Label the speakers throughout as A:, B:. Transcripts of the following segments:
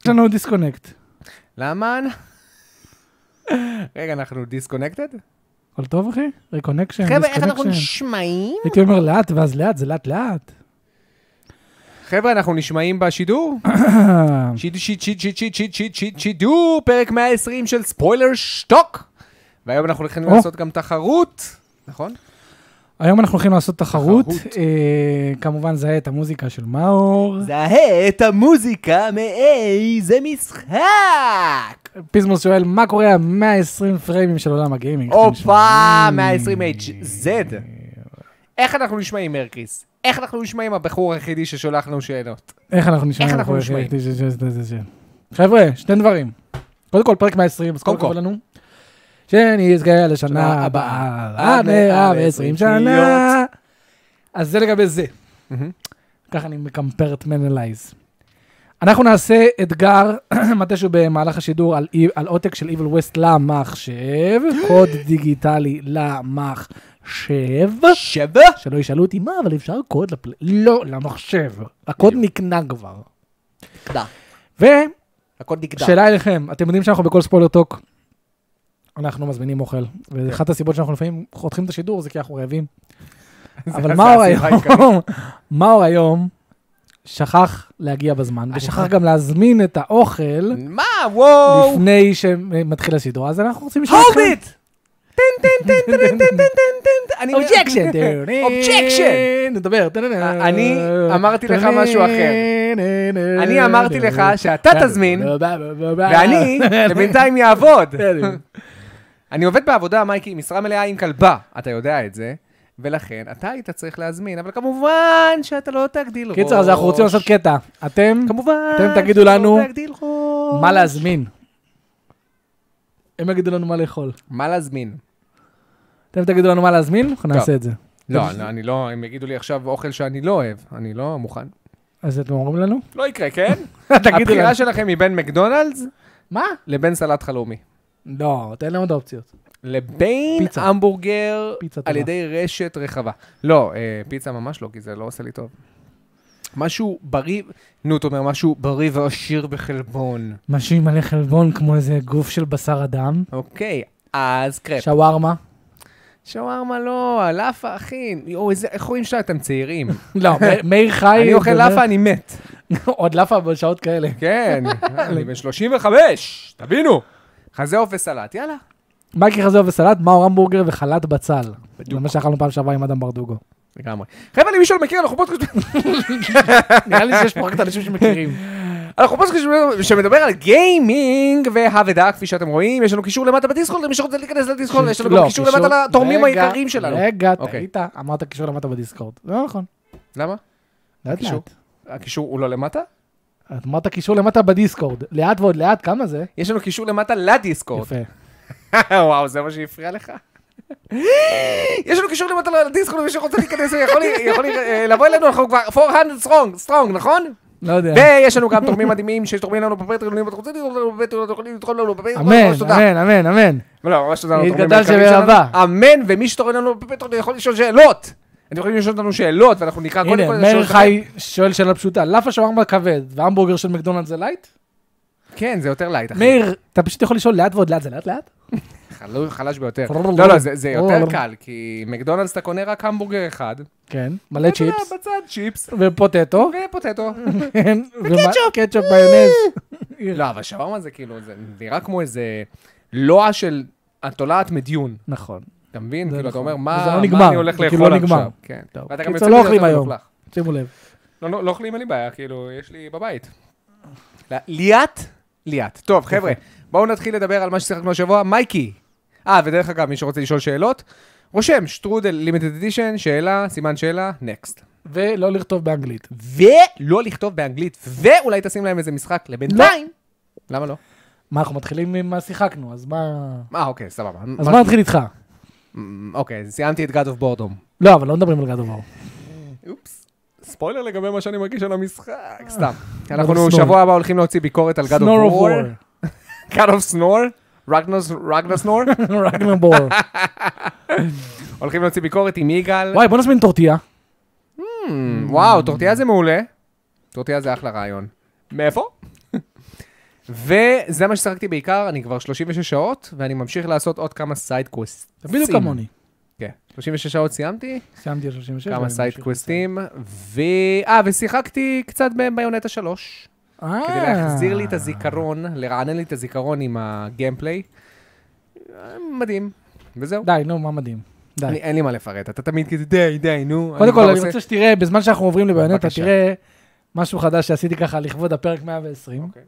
A: יש לנו דיסקונקט.
B: למה? רגע, אנחנו דיסקונקטד?
A: הכל טוב, אחי? ריקונקשן,
B: חבר'ה, איך אנחנו
A: דיסקונקשן.
B: נשמעים?
A: הייתי אומר לאט, ואז לאט, זה לאט-לאט.
B: חבר'ה, אנחנו נשמעים בשידור?
A: אה,
B: שיט, שיט, שיט, שיט, שיט, שיט, שיט, שיט, שידור, פרק 120 של ספוילר שטוק! והיום אנחנו הולכים
A: או.
B: לעשות גם תחרות, נכון?
A: היום אנחנו הולכים לעשות תחרות.
B: תחרות.
A: אה, כמובן, זהה את המוזיקה של מאור.
B: זהה את המוזיקה מאיזה משחק!
A: פיזמוס שואל, מה קורה ה-120 פריימים של עולם הגיימינג? איך אתם
B: הופה,
A: נשמעים?
B: 120HZ. איך אנחנו נשמעים, מרקיס? איך אנחנו נשמעים הבחור היחידי ששולח לנו שאלות?
A: איך אנחנו נשמעים?
B: איך אנחנו
A: נשמעים? חבר'ה, שני דברים. קודם כל, פרק 120, אז כל
B: קודם כל.
A: הכבוד לנו. שנזכה לשנה
B: שנה
A: הבאה, עד
B: 120
A: 120 שנה. אז זה לגבי זה.
B: מהמם.
A: ככה אני מקמפר את מנלייז. אנחנו נעשה אתגר מתישהו במהלך השידור על, אי- על עותק של Evil West למחשב, קוד דיגיטלי למחשב.
B: שווה?
A: שלא ישאלו אותי, מה, אבל אפשר קוד לפל... לא, למחשב. הקוד נקנה כבר.
B: נקדה.
A: ושאלה
B: הכל נקדה.
A: אליכם, אתם יודעים שאנחנו בכל ספוילר טוק, אנחנו מזמינים אוכל. ואחת הסיבות שאנחנו לפעמים חותכים את השידור זה כי אנחנו רעבים. אבל
B: זה
A: מאור
B: הסיבה העיקרית.
A: היום, מאור היום שכח להגיע בזמן,
B: אה,
A: ושכח גם להזמין את האוכל
B: מה? וואו!
A: לפני שמתחיל השידור, אז אנחנו רוצים לשאול
B: hold
A: אתכם.
B: it! טן טן טן טן טן טן טן טן אני-
A: אובג'קשן.
B: Objection.
A: נדבר.
B: אני אמרתי לך משהו אחר. אני אמרתי לך שאתה תזמין, ואני, זה בינתיים יעבוד. אני עובד בעבודה, מייקי, משרה מלאה עם כלבה, אתה יודע את זה, ולכן אתה היית צריך להזמין, אבל כמובן שאתה לא תגדיל ראש.
A: קיצר, אז אנחנו רוצים לעשות קטע. אתם,
B: כמובן,
A: אתם תגידו
B: שאתה
A: לנו
B: לא תגדיל ראש.
A: מה להזמין? הם יגידו לנו מה לאכול.
B: מה להזמין?
A: אתם תגידו לנו מה להזמין, אנחנו נעשה את זה.
B: לא, אני- אני לא, הם יגידו לי עכשיו אוכל שאני לא אוהב, אני לא מוכן.
A: אז אתם אומרים לנו?
B: לא יקרה, כן?
A: תגידו לנו.
B: הבחירה שלכם היא בין מקדונלדס
A: מה?
B: לבין סלט חלומי.
A: לא, תן להם עוד אופציות.
B: לבין
A: פיצה.
B: המבורגר
A: פיצה טובה.
B: על ידי רשת רחבה. לא, אה, פיצה ממש לא, כי זה לא עושה לי טוב. משהו בריא, נו, אתה אומר, משהו בריא ועשיר בחלבון.
A: משהו עם מלא חלבון כמו איזה גוף של בשר אדם.
B: אוקיי, אז
A: אה.
B: קרפ.
A: שווארמה.
B: שווארמה לא, לאפה, אחי. יואו, איזה, איך רואים שאתם צעירים?
A: לא, מ- מאיר חי.
B: אני אוכל
A: באמת-
B: לאפה, אני מת.
A: עוד לאפה בשעות כאלה.
B: כן, אני בן 35, תבינו. חזה עוף וסלט, יאללה.
A: מייקי חזר וסלט, מאור המבורגר וחלת בצל. זה
B: בדיוק.
A: מה שאכלנו פעם שעברה עם אדם ברדוגו.
B: לגמרי. חבר'ה, למי שלא מכיר, אנחנו פודקאסט
A: נראה לי שיש פה רק את האנשים שמכירים.
B: אנחנו פודקאסט שמדבר- שמדבר על גיימינג והאבדה, כפי שאתם רואים, יש לנו קישור למטה בדיסקורד, למי שרוצה להיכנס לדיסקורד, יש לנו גם קישור למטה לתורמים
A: לא, רגע,
B: היקרים שלנו.
A: רגע,
B: אוקיי.
A: טעית, אמרת קישור למטה בדיסקורד. לא נכון.
B: למה?
A: לאט
B: קישור?
A: לאט.
B: הקישור הוא לא למטה?
A: את אמרת קישור למטה בדיסקורד. לאט ועוד לאט, כמה זה?
B: יש לנו קישור למטה לדיסקורד.
A: יפה.
B: וואו, זה מה שהפריע לך? יש לנו קישור למטה לדיסקורד, מי שרוצה להיכנס, יכול ל- יכול ל- אה, לבוא אלינו, אנחנו כבר 400 strong, strong, נכון?
A: לא יודע.
B: ויש לנו גם תורמים מדהימים שתורמים לנו בפטריונים, אם אתם רוצים לתרום לנו בפטריונים, אתם יכולים לתרום לנו בפטריונים, ממש
A: אמן,
B: תודה.
A: אמן, אמן, אמן.
B: לא, ממש תודה. לתורמים
A: התגדל
B: היקרים
A: שבאהבה.
B: שלנו. אמן, ומי שתורם לנו בפטרון יכול לשאול שאלות. אתם יכולים לשאול אותנו שאלות, ואנחנו נקרא קודם כל
A: הנה,
B: את
A: מאיר
B: השאלות.
A: חי שואל שאלה פשוטה, לאפה שווארמה כבד והמבורגר של מקדונלד זה לייט?
B: כן, זה יותר לייט, אחי.
A: מאיר, אתה פשוט יכול לשאול לאט ועוד לאט, זה לאט לאט?
B: חלו- חלש ביותר.
A: רלול.
B: לא, לא, זה זה
A: רלול.
B: יותר קל, כי מקדונלדס אתה קונה רק המבורגר אחד.
A: כן, מלא
B: אתה יודע,
A: צ'יפס
B: בצד אוקיי, צ'יפס.
A: ופוטטו.
B: ופוטטו.
A: כן, וקטשופ. קטשופ ביונז.
B: לא, אבל שווארמה זה כאילו, זה נראה כמו איזה לוע של התולעת מדיון.
A: נכון.
B: אתה מבין?
A: זה
B: כאילו, אתה
A: נכון.
B: אומר,
A: וזה לא
B: מה
A: נגמר,
B: מה אני הולך
A: זה כאילו לא
B: לאכול עכשיו?
A: נגמר.
B: כן.
A: טוב.
B: ואתה גם
A: קיצור,
B: יוצא
A: לא
B: מזה
A: אוכלים
B: יותר
A: היום.
B: מלוכלך.
A: שימו לב.
B: לא, לא, לא אוכלים, אין לי בעיה, כאילו, יש לי בבית. ל- ליאת? ליאת. טוב, חבר'ה, בואו נתחיל לדבר על מה ששיחקנו השבוע. מייקי. אה, ודרך אגב, מי שרוצה לשאול שאלות, רושם, שטרודל לימטד אדישן, שאלה, סימן שאלה, נקסט.
A: ולא לכתוב באנגלית.
B: ולא לכתוב באנגלית, ואולי תשים להם איזה משחק לבינתיים. למה לא?
A: מה, אנחנו מתחילים עם מה שיחקנו, אז מה...
B: אה, אוקיי, סבבה.
A: אז
B: מה-
A: מה נתחיל איתך?
B: מ- אוקיי, אז סיימתי את God of Boredom.
A: לא, אבל לא מדברים על גד עובר.
B: אופס. ספוילר לגבי מה שאני מרגיש על המשחק, אה. סתם.
A: Lord
B: אנחנו
A: of
B: שבוע
A: אה. Snore.
B: הבא הולכים להוציא ביקורת על God of
A: Snore of
B: War.
A: War.
B: God of Snore, רגנר סנור,
A: רגנר בור.
B: הולכים להוציא ביקורת עם יגאל.
A: וואי, בוא נזמין טורטיה.
B: Hmm, וואו, טורטיה זה מעולה. טורטיה זה אחלה רעיון. מאיפה? וזה מה ששחקתי בעיקר, אני כבר 36 שעות, ואני ממשיך לעשות עוד כמה סייד קווסטים.
A: זה בדיוק כמוני.
B: כן, 36 שעות סיימתי,
A: סיימתי על 36.
B: כמה
A: ואני
B: סייד
A: ממשיך
B: קווסטים, ו... אה, ושיחקתי קצת בביונטה 3,
A: לעשות.
B: כדי
A: אה.
B: להחזיר לי את הזיכרון, לרענן לי את הזיכרון עם הגיימפליי. אה, מדהים, וזהו.
A: די, נו, מה מדהים. די.
B: אני- אין לי מה לפרט, אתה תמיד כזה, די, די, נו.
A: קודם
B: כבר
A: כל, אני רוצה שתראה, בזמן שאנחנו עוברים לביונטה,
B: לא בבקשה.
A: תראה משהו חדש שעשיתי ככה לכבוד הפרק 120.
B: אוקיי.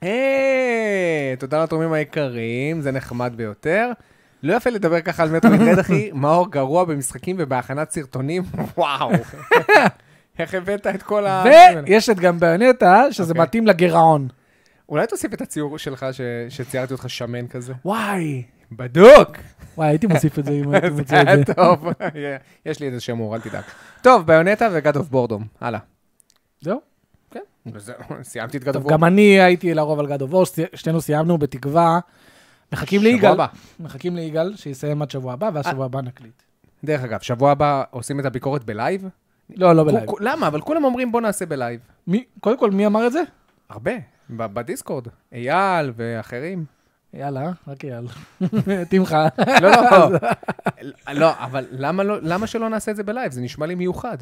B: היי, תודה לתורמים היקרים, זה נחמד ביותר. לא יפה לדבר ככה על מטרו רד, אחי, מאור גרוע במשחקים ובהכנת סרטונים, וואו. איך הבאת את כל ה...
A: ויש את גם ביונטה, שזה
B: אה, אוקיי.
A: מתאים לגירעון.
B: אולי תוסיף את הציור שלך ש... שציירתי אותך שמן כזה.
A: וואי.
B: בדוק!
A: וואי, הייתי מוסיף את זה אם הייתי
B: זה
A: מוצא את
B: היה
A: זה.
B: טוב. יש לי איזה שמור, אל תדאג. טוב, ביונטה וגד אוף בורדום, הלאה.
A: זהו.
B: וזהו, סיימתי את גד אוף
A: טוב,
B: בורדום.
A: גם אני הייתי לרוב על גד אוף וור, שתינו סיימנו בתקווה. מחכים ליגאל,
B: הבא. אה.
A: מחכים ליגאל שיסיים עד שבוע הבא, ואז שבוע הבא נקליט.
B: דרך אגב, שבוע הבא עושים את הביקורת בלייב?
A: לא, לא
B: כו-
A: בלייב.
B: כו- למה? אבל כולם אומרים בוא נעשה בלייב.
A: מי- קודם כל, מי אמר את זה?
B: הרבה, ב- בדיסקורד. אייל ואחרים.
A: יאללה, רק אייל. תמחה.
B: לא, לא, לא, אבל למה לא- למה שלא נעשה את זה בלייב? זה נשמע לי מיוחד.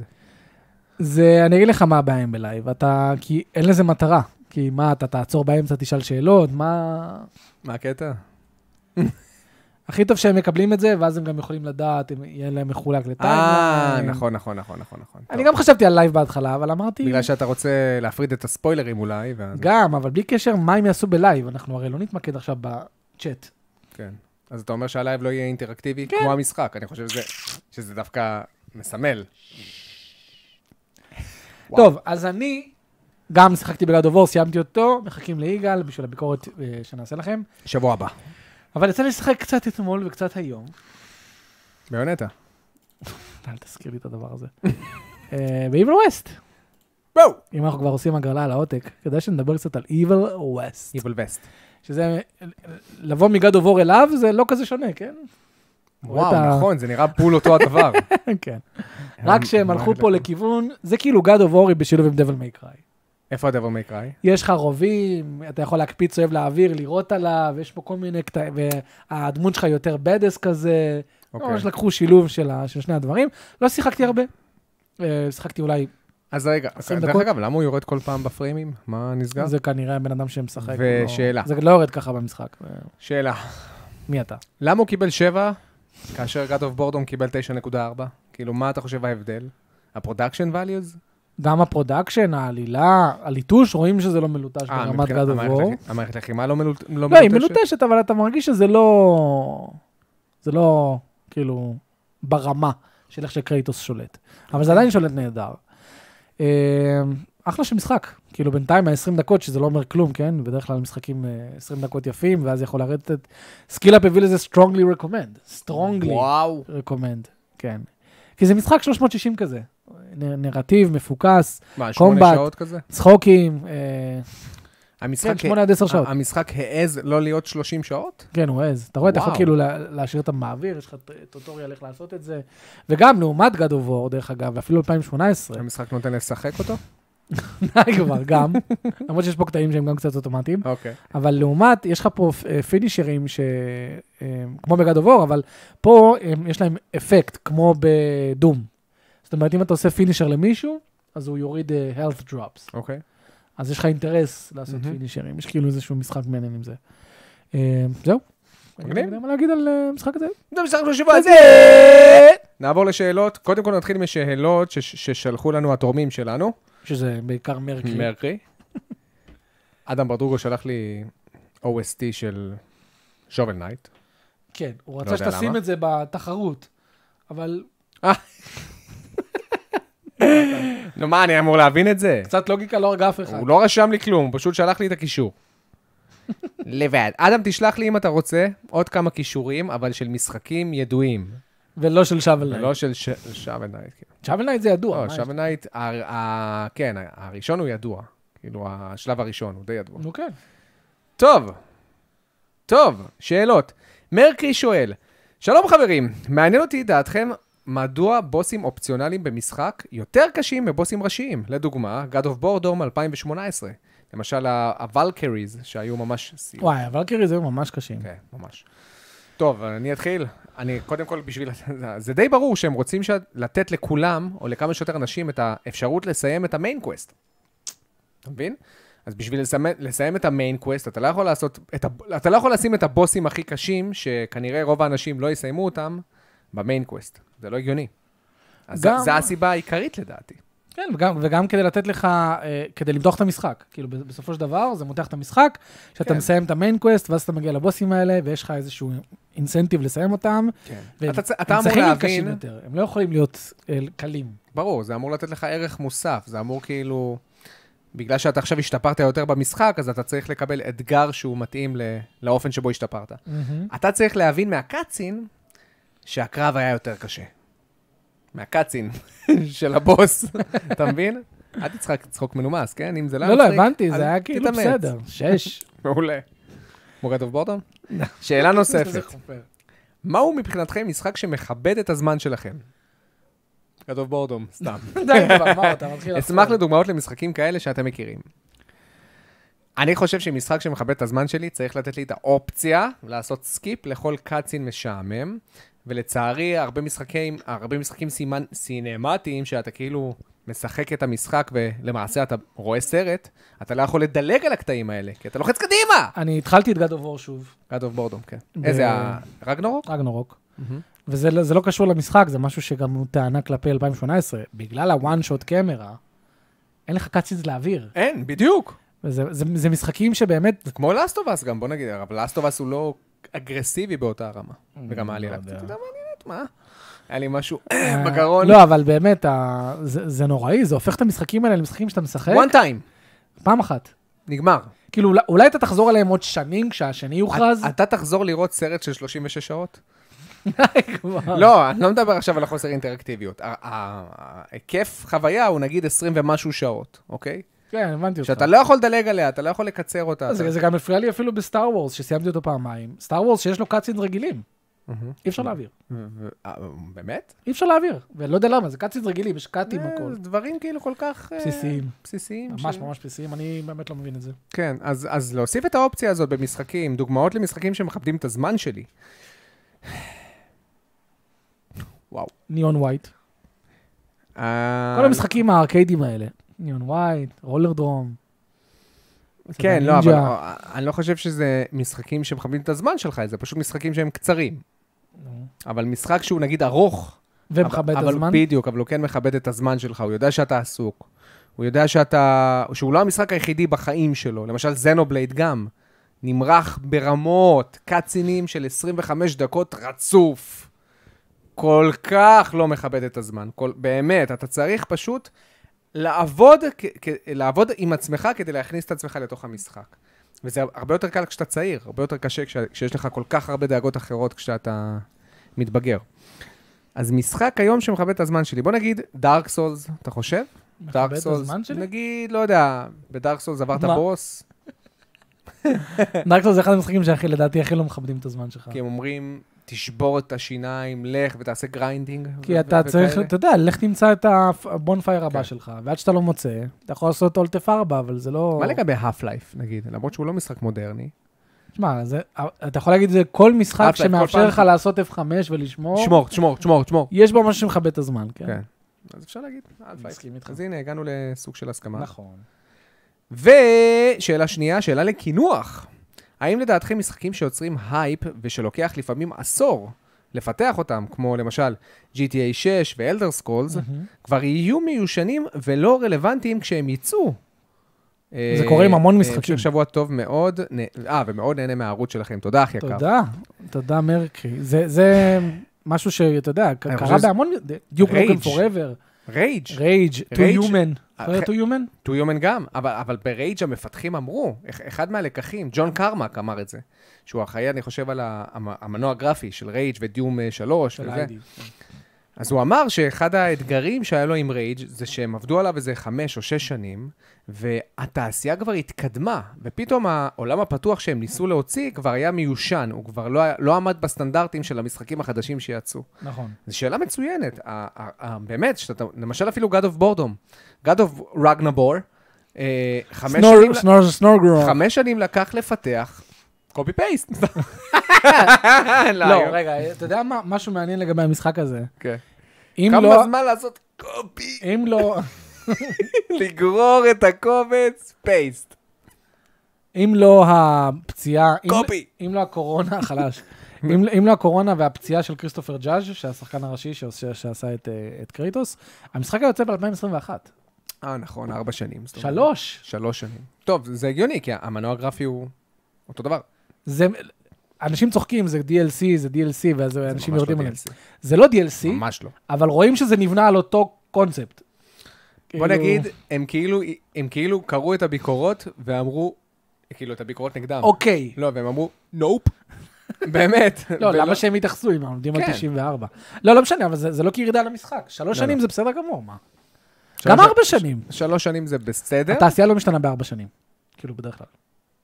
A: זה, אני אגיד לך מה הבעיה עם בלייב, אתה, כי אין לזה מטרה. כי מה, אתה תעצור באמצע, תשאל שאלות, מה...
B: מה הקטע?
A: הכי טוב שהם מקבלים את זה, ואז הם גם יכולים לדעת, הם- יהיה להם מחולק
B: אה,
A: לטיימליין.
B: נכון, נכון, נכון, נכון, נכון.
A: אני
B: טוב.
A: גם חשבתי על לייב בהתחלה, אבל אמרתי,
B: בגלל שאתה רוצה להפריד את הספוילרים אולי, ואז...
A: גם, אבל בלי קשר, מה הם יעשו בלייב? אנחנו הרי לא נתמקד עכשיו בצ'אט.
B: כן. אז אתה אומר שהלייב לא יהיה אינטראקטיבי
A: כן.
B: כמו המשחק. אני חושב שזה- שזה דווקא מסמל. וואו.
A: טוב, אז אני גם שיחקתי בגד אובור, סיימתי אותו, מחכים ליגאל בשביל הביקורת אה, שנעשה לכם.
B: שבוע הבא.
A: אבל יצא לי לשחק קצת אתמול וקצת היום.
B: ביונטה.
A: אל תזכיר לי את הדבר הזה. אה, ב-Evil West.
B: בואו!
A: אם אנחנו כבר עושים הגרלה על העותק, כדאי שנדבר קצת על Evil West.
B: איבל וסט.
A: שזה, לבוא מגד אובור אליו זה לא כזה שונה, כן? רואה את ה-
B: וואו, נכון, זה נראה בול אותו הדבר.
A: כן. רק שהם הלכו פה לכיוון, זה כאילו גד אובור בשילוב עם דבל מייקראי.
B: איפה הדבר מקראי?
A: יש לך רובים, אתה יכול להקפיץ אוהב לאוויר, לירות עליו, יש פה כל מיני קטעים, והדמות שלך יותר בדס כזה.
B: אוקיי.
A: ממש לקחו שילוב של ה- של שני הדברים. לא שיחקתי הרבה. אה, שיחקתי אולי,
B: אז רגע,
A: 20
B: דרך
A: דקות.
B: אגב, למה הוא יורד כל פעם בפריימים? מה נסגר?
A: זה כנראה הבן אדם שמשחק.
B: ושאלה.
A: לא- זה לא יורד ככה במשחק. אה,
B: שאלה.
A: מי אתה?
B: למה הוא קיבל 7 כאשר God of Boredom קיבל 9.4? כאילו, מה אתה חושב ההבדל? ה-production values?
A: גם הפרודקשן, העלילה, הליטוש, רואים שזה לא מלוטש
B: אה,
A: ברמת
B: מבחינת-
A: גד
B: המערכת
A: אובור.
B: לח- המערכת לחימה לא מלוט- לא
A: לא, היא
B: מלוטשת?
A: מלוטשת, אבל אתה מרגיש שזה לא... זה לא, כאילו, ברמה של איך שקרייטוס שולט. אבל זה עדיין שולט נהדר. אה, אחלה של משחק. כאילו, בינתיים ה-20 דקות, שזה לא אומר כלום, כן? בדרך כלל משחקים אה, 20 דקות יפים, ואז יכול לרדת את... סקילאפ הביא לזה strongly recommend. strongly
B: וואו.
A: recommend, כן. כי זה משחק 360 כזה. נ- נרטיב, מפוקס,
B: מה, 8
A: Combat.
B: שעות כזה?
A: צחוקים, אה,
B: המשחק
A: כן, 8 עד 10 שעות.
B: ה- המשחק העז לא להיות 30 שעות?
A: כן, הוא עז. אתה רואה, אתה יכול
B: וואו.
A: כאילו לה- להשאיר אותם באוויר, יש לך ט- טוטוריאל איך לעשות את זה. וגם לעומת God of War, דרך אגב, אפילו 2018,
B: המשחק נותן לשחק אותו?
A: די כבר, גם. למרות שיש פה קטעים שהם גם קצת אוטומטיים.
B: אוקיי.
A: אבל לעומת, יש לך פה אה, פינישרים, ש... אה, כמו ב-God of War, אבל פה אה, יש להם אפקט, כמו בדום. זאת אומרת, אם אתה עושה פינישר למישהו, אז הוא יוריד אה, health drops.
B: אוקיי.
A: אז יש לך אינטרס לעשות
B: מהמם.
A: פינישרים, יש כאילו איזשהו משחק מעניין עם זה. אה, זהו. אני לא
B: מגניב.
A: יודע מה להגיד על אה, המשחק הזה.
B: זה המשחק בשבוע הזה! נעבור לשאלות. קודם כל נתחיל משאלות שש- ששלחו לנו התורמים שלנו.
A: שזה בעיקר מרקי.
B: מרקרי. אדם ברדוגו שלח לי OST של שובל נייט.
A: כן, הוא
B: לא
A: רצה
B: יודע
A: שתשים
B: למה. כן.
A: את זה בתחרות, אבל
B: נו, מה, אני אמור להבין את זה?
A: קצת לוגיקה לא הרגה אף אחד.
B: הוא לא רשם לי כלום, הוא פשוט שלח לי את הקישור. לבד. אדם, תשלח לי אם אתה רוצה עוד כמה קישורים, אבל של משחקים ידועים.
A: ולא של שאבל נייט.
B: ולא של ש- שובל נייט. כאילו.
A: שאבל נייט זה ידוע.
B: לא,
A: מה
B: שובל נייט, ה- ה- כן, ה- הראשון הוא ידוע. כאילו, השלב הראשון הוא די ידוע.
A: יש? נו כן.
B: טוב, טוב, שאלות. מרקרי שואל, שלום חברים, מעניין אותי דעתכם מדוע בוסים אופציונליים במשחק יותר קשים מבוסים ראשיים? לדוגמה, God of War Dome 2018. למשל, הוולקריז, שהיו ממש סיום.
A: וואי, הוולקריז היו ממש קשים.
B: כן, ממש. טוב, אני אתחיל. אני, קודם כל, בשביל... זה די ברור שהם רוצים ש... לתת לכולם, או לכמה שיותר אנשים, את האפשרות לסיים את המיין קווסט. אתה מבין? אז בשביל לסיים, לסיים את המיין קווסט, אתה לא יכול לעשות... את ה, אתה לא יכול לשים את הבוסים הכי קשים, שכנראה רוב האנשים לא יסיימו אותם, במיין קווסט. זה לא הגיוני. אז גם... זו, זו הסיבה העיקרית לדעתי.
A: כן, וגם, וגם כדי לתת לך, אה, כדי למתוח את המשחק. כאילו, בסופו של דבר, זה מותח את המשחק, שאתה
B: כן.
A: כן. מסיים את המיין קווסט, ואז אתה מגיע לבוסים האלה, ויש לך איזשהו אינסנטיב לסיים אותם.
B: כן.
A: והם-
B: אתה, צ-
A: הם
B: אתה אמור
A: צריכים להיות קשים
B: להבין,
A: יותר, הם לא יכולים להיות אה, קלים.
B: ברור, זה אמור לתת לך ערך מוסף, זה אמור כאילו... בגלל שאתה עכשיו השתפרת יותר במשחק, אז אתה צריך לקבל אתגר שהוא מתאים ל- לאופן שבו השתפרת. אתה צריך להבין מהקצין שהקרב היה יותר קשה. מהקצין של הבוס, אתה מבין? אל תצחק צחוק מנומס, כן? אם זה לא
A: לא, לא,
B: מצחיק,
A: הבנתי,
B: אז
A: זה היה כאילו
B: תתאמץ.
A: בסדר. שש.
B: מעולה. מורה טוב בורטון?
A: נכון.
B: שאלה נוספת, מהו מבחינתכם משחק שמכבד את הזמן שלכם? כתוב בורדום, סתם.
A: די כבר, מה אתה מתחיל
B: אשמח
A: לחזור.
B: לדוגמאות למשחקים כאלה שאתם מכירים. אני חושב שמשחק שמכבד את הזמן שלי, צריך לתת לי את האופציה לעשות סקיפ לכל קאצין משעמם, ולצערי, הרבה משחקים, הרבה משחקים סימן, סינמטיים, שאתה כאילו משחק את המשחק ולמעשה אתה רואה סרט, אתה לא יכול לדלג על הקטעים האלה, כי אתה לוחץ קדימה!
A: אני התחלתי את God of War שוב,
B: God of Boredom, כן.
A: ב-
B: איזה, הרגנורוק?
A: רגנורוק, וזה לא- זה לא קשור למשחק, זה משהו שגם הוא טענה כלפי 2018. בגלל הוואן שוט קמרה, אין לך קאצינס לאוויר.
B: אין, בדיוק.
A: וזה זה- זה משחקים שבאמת...
B: כמו לאסט אוף אס גם, בוא נגיד, אבל לאסט אוף אס הוא לא אגרסיבי באותה רמה. וגם היה לי
A: לא
B: רק קצת
A: יודע.
B: יותר מעניינת, מה? היה לי משהו בגרון.
A: לא, אבל באמת, ה- זה זה נוראי, זה הופך את המשחקים האלה למשחקים שאתה משחק
B: one time,
A: פעם אחת.
B: נגמר.
A: כאילו, אולי- אולי אתה תחזור אליהם עוד שנים כשהשני יוכרז?
B: אתה- אתה תחזור לראות סרט של 36 שעות?
A: די כבר.
B: לא, אני לא מדבר עכשיו על החוסר אינטראקטיביות. ה- ה- ההיקף חוויה הוא נגיד 20 ומשהו שעות, אוקיי?
A: כן, הבנתי אותך. אה,
B: שאתה לא יכול לדלג עליה, אתה לא יכול לקצר אותה.
A: זה,
B: אתה-
A: זה גם הפריע לי אפילו בסטאר וורס, שסיימתי אותו פעמיים. סטאר וורס שיש לו קאצינס רגילים. אי
B: Mm.
A: אפשר להעביר.
B: ו- ו- אה, באמת?
A: אי אפשר להעביר. ואני לא יודע למה, זה קאצינס רגילים, יש קאטים
B: אה,
A: הכל.
B: דברים כאילו כל כך... אה, אוקיי.
A: בסיסיים.
B: בסיסיים.
A: ממש
B: ש-
A: ממש בסיסיים, אני באמת לא מבין את זה.
B: כן, אז, אז להוסיף את האופציה הזאת במשחקים, דוגמאות למשחקים שמכבדים את הזמן שלי. וואו.
A: ניאון ווייט.
B: אה, כל אה,
A: כל המשחקים הארקיידים האלה. ניאון ווייט, רולר דרום.
B: כן, לא, אבל
A: נינג'ה.
B: אה, אני לא חושב שזה משחקים שמכבדים את הזמן שלך, זה פשוט משחקים שהם קצרים. אבל משחק שהוא נגיד ארוך,
A: ומכבד את
B: אבל-
A: הזמן.
B: אבל בדיוק, אבל הוא כן מכבד את הזמן שלך, הוא יודע שאתה עסוק. הוא יודע שאתה... שהוא לא המשחק היחידי בחיים שלו. למשל, זנובלייד גם. נמרח ברמות, קאצינים של 25 דקות רצוף. כל כך לא מכבד את הזמן. כל, באמת, אתה צריך פשוט לעבוד, כ, כ, לעבוד עם עצמך כדי להכניס את עצמך לתוך המשחק. וזה הרבה יותר קל כשאתה צעיר, הרבה יותר קשה כש, כשיש לך כל כך הרבה דאגות אחרות כשאתה מתבגר. אז משחק היום שמכבד את הזמן שלי. בוא נגיד, דארק סולס, אתה חושב?
A: מכבד
B: דארק
A: את
B: סולס,
A: הזמן שלי?
B: נגיד, לא יודע, בדארק סולס עברת
A: מה? אה.
B: בוס,
A: דארק סולס זה אחד המשחקים שהכי, לדעתי, הכי לא מכבדים את הזמן שלך.
B: כי הם אומרים, תשבור את השיניים, לך ותעשה גריינדינג.
A: כי
B: ו-
A: אתה
B: ו-
A: צריך,
B: וכאלה.
A: אתה יודע, לך תמצא את הבונפייר
B: כן.
A: הבא שלך, ועד שאתה לא מוצא, אתה יכול לעשות אולטף 4, אבל זה לא...
B: מה לגבי האף לייף, נגיד? למרות שהוא לא משחק מודרני.
A: תשמע, זה- אתה יכול להגיד את זה כל משחק
B: אפלייק, כל
A: שמאפשר
B: פעם
A: לך
B: זה-
A: לעשות F5 ולשמור,
B: תשמור, תשמור, תשמור, תשמור.
A: יש בו משהו שמכבד את הזמן, כן?
B: כן. אז אפשר להגיד, האף לייף.
A: מסכים איתך.
B: אז הנה, הגענו לסוג של הסכמה.
A: נכון.
B: ושאלה שנייה, שאלה לקינוח. האם לדעתכם משחקים שיוצרים הייפ ושלוקח לפעמים עשור לפתח אותם, כמו למשל GTA 6 ואלדר סקולס, כבר יהיו מיושנים ולא רלוונטיים כשהם יצאו? אה,
A: זה קורה עם המון משחקים.
B: שבוע טוב מאוד, נ- אה, ומאוד נהנה מהערוץ שלכם. תודה, אחי יקר.
A: תודה, תודה מרקי. זה- זה משהו שאתה יודע, ק-
B: אני
A: קרה
B: חושב שזה-
A: בהמון, דיוק
B: רייג'.
A: רוגן פוראבר,
B: רייג',
A: רייג', To
B: רייג'.
A: Human.
B: אה,
A: זוכר
B: ח-
A: To Human?
B: טו יומן גם, אבל, אבל ברייג' המפתחים אמרו, אח- אחד מהלקחים, ג'ון קרמק אמר את זה, שהוא אחראי, אני חושב, על ה- המ- המנוע הגרפי של רייג' ודיום אה, 3
A: של
B: וזה.
A: איידי.
B: אז הוא אמר שאחד האתגרים שהיה לו עם רייג' זה שהם עבדו עליו איזה חמש או שש שנים, והתעשייה כבר התקדמה, ופתאום העולם הפתוח שהם ניסו להוציא כבר היה מיושן, הוא כבר לא, היה- לא עמד בסטנדרטים של המשחקים החדשים שיצאו.
A: נכון.
B: זו שאלה מצוינת, ה- ה- ה- באמת, שאתה, למשל אפילו God of Boredom, God of Ragnarok, אה, חמש שנים...
A: סנור, סנור, סנור גרום.
B: חמש שנים לקח לפתח קופי פייסט.
A: לא, רגע, אתה יודע מה? משהו מעניין לגבי המשחק הזה.
B: כן.
A: אם לא...
B: כמה זמן לעשות קופי?
A: אם לא...
B: לגרור את הקובץ פייסט.
A: אם לא הפציעה... אם-
B: קופי.
A: אם לא הקורונה, חלש. אם, אם לא הקורונה והפציעה של כריסטופר ג'אז', שהשחקן הראשי שעושה, שעשה את, אה, את קרייטוס, המשחק היה יוצא ב-2021.
B: אה, נכון, ארבע שנים. זאת אומרת.
A: שלוש.
B: שלוש שנים. טוב, זה הגיוני, כי המנוע הגרפי הוא אותו דבר.
A: זה... אנשים צוחקים, זה DLC, זה DLC, ואז אנשים
B: ממש לא
A: יורדים עליהם.
B: DLC.
A: זה לא DLC,
B: ממש לא.
A: אבל רואים שזה נבנה על אותו קונספט.
B: בוא
A: כאילו-
B: נגיד, הם כאילו- הם כאילו קראו את הביקורות ואמרו, כאילו, את הביקורות נגדם.
A: אוקיי.
B: לא, והם אמרו, נופ. באמת.
A: לא,
B: ולא-
A: למה שהם יתייחסו אם הם עומדים על
B: כן.
A: 94? לא, לא משנה, אבל זה זה לא כירידה למשחק. שלוש
B: לא,
A: שנים
B: לא.
A: זה בסדר גמור, מה?
B: שלוש-
A: גם ארבע שנים.
B: שלוש שנים זה בסדר.
A: התעשייה לא משתנה בארבע שנים. כאילו, בדרך כלל.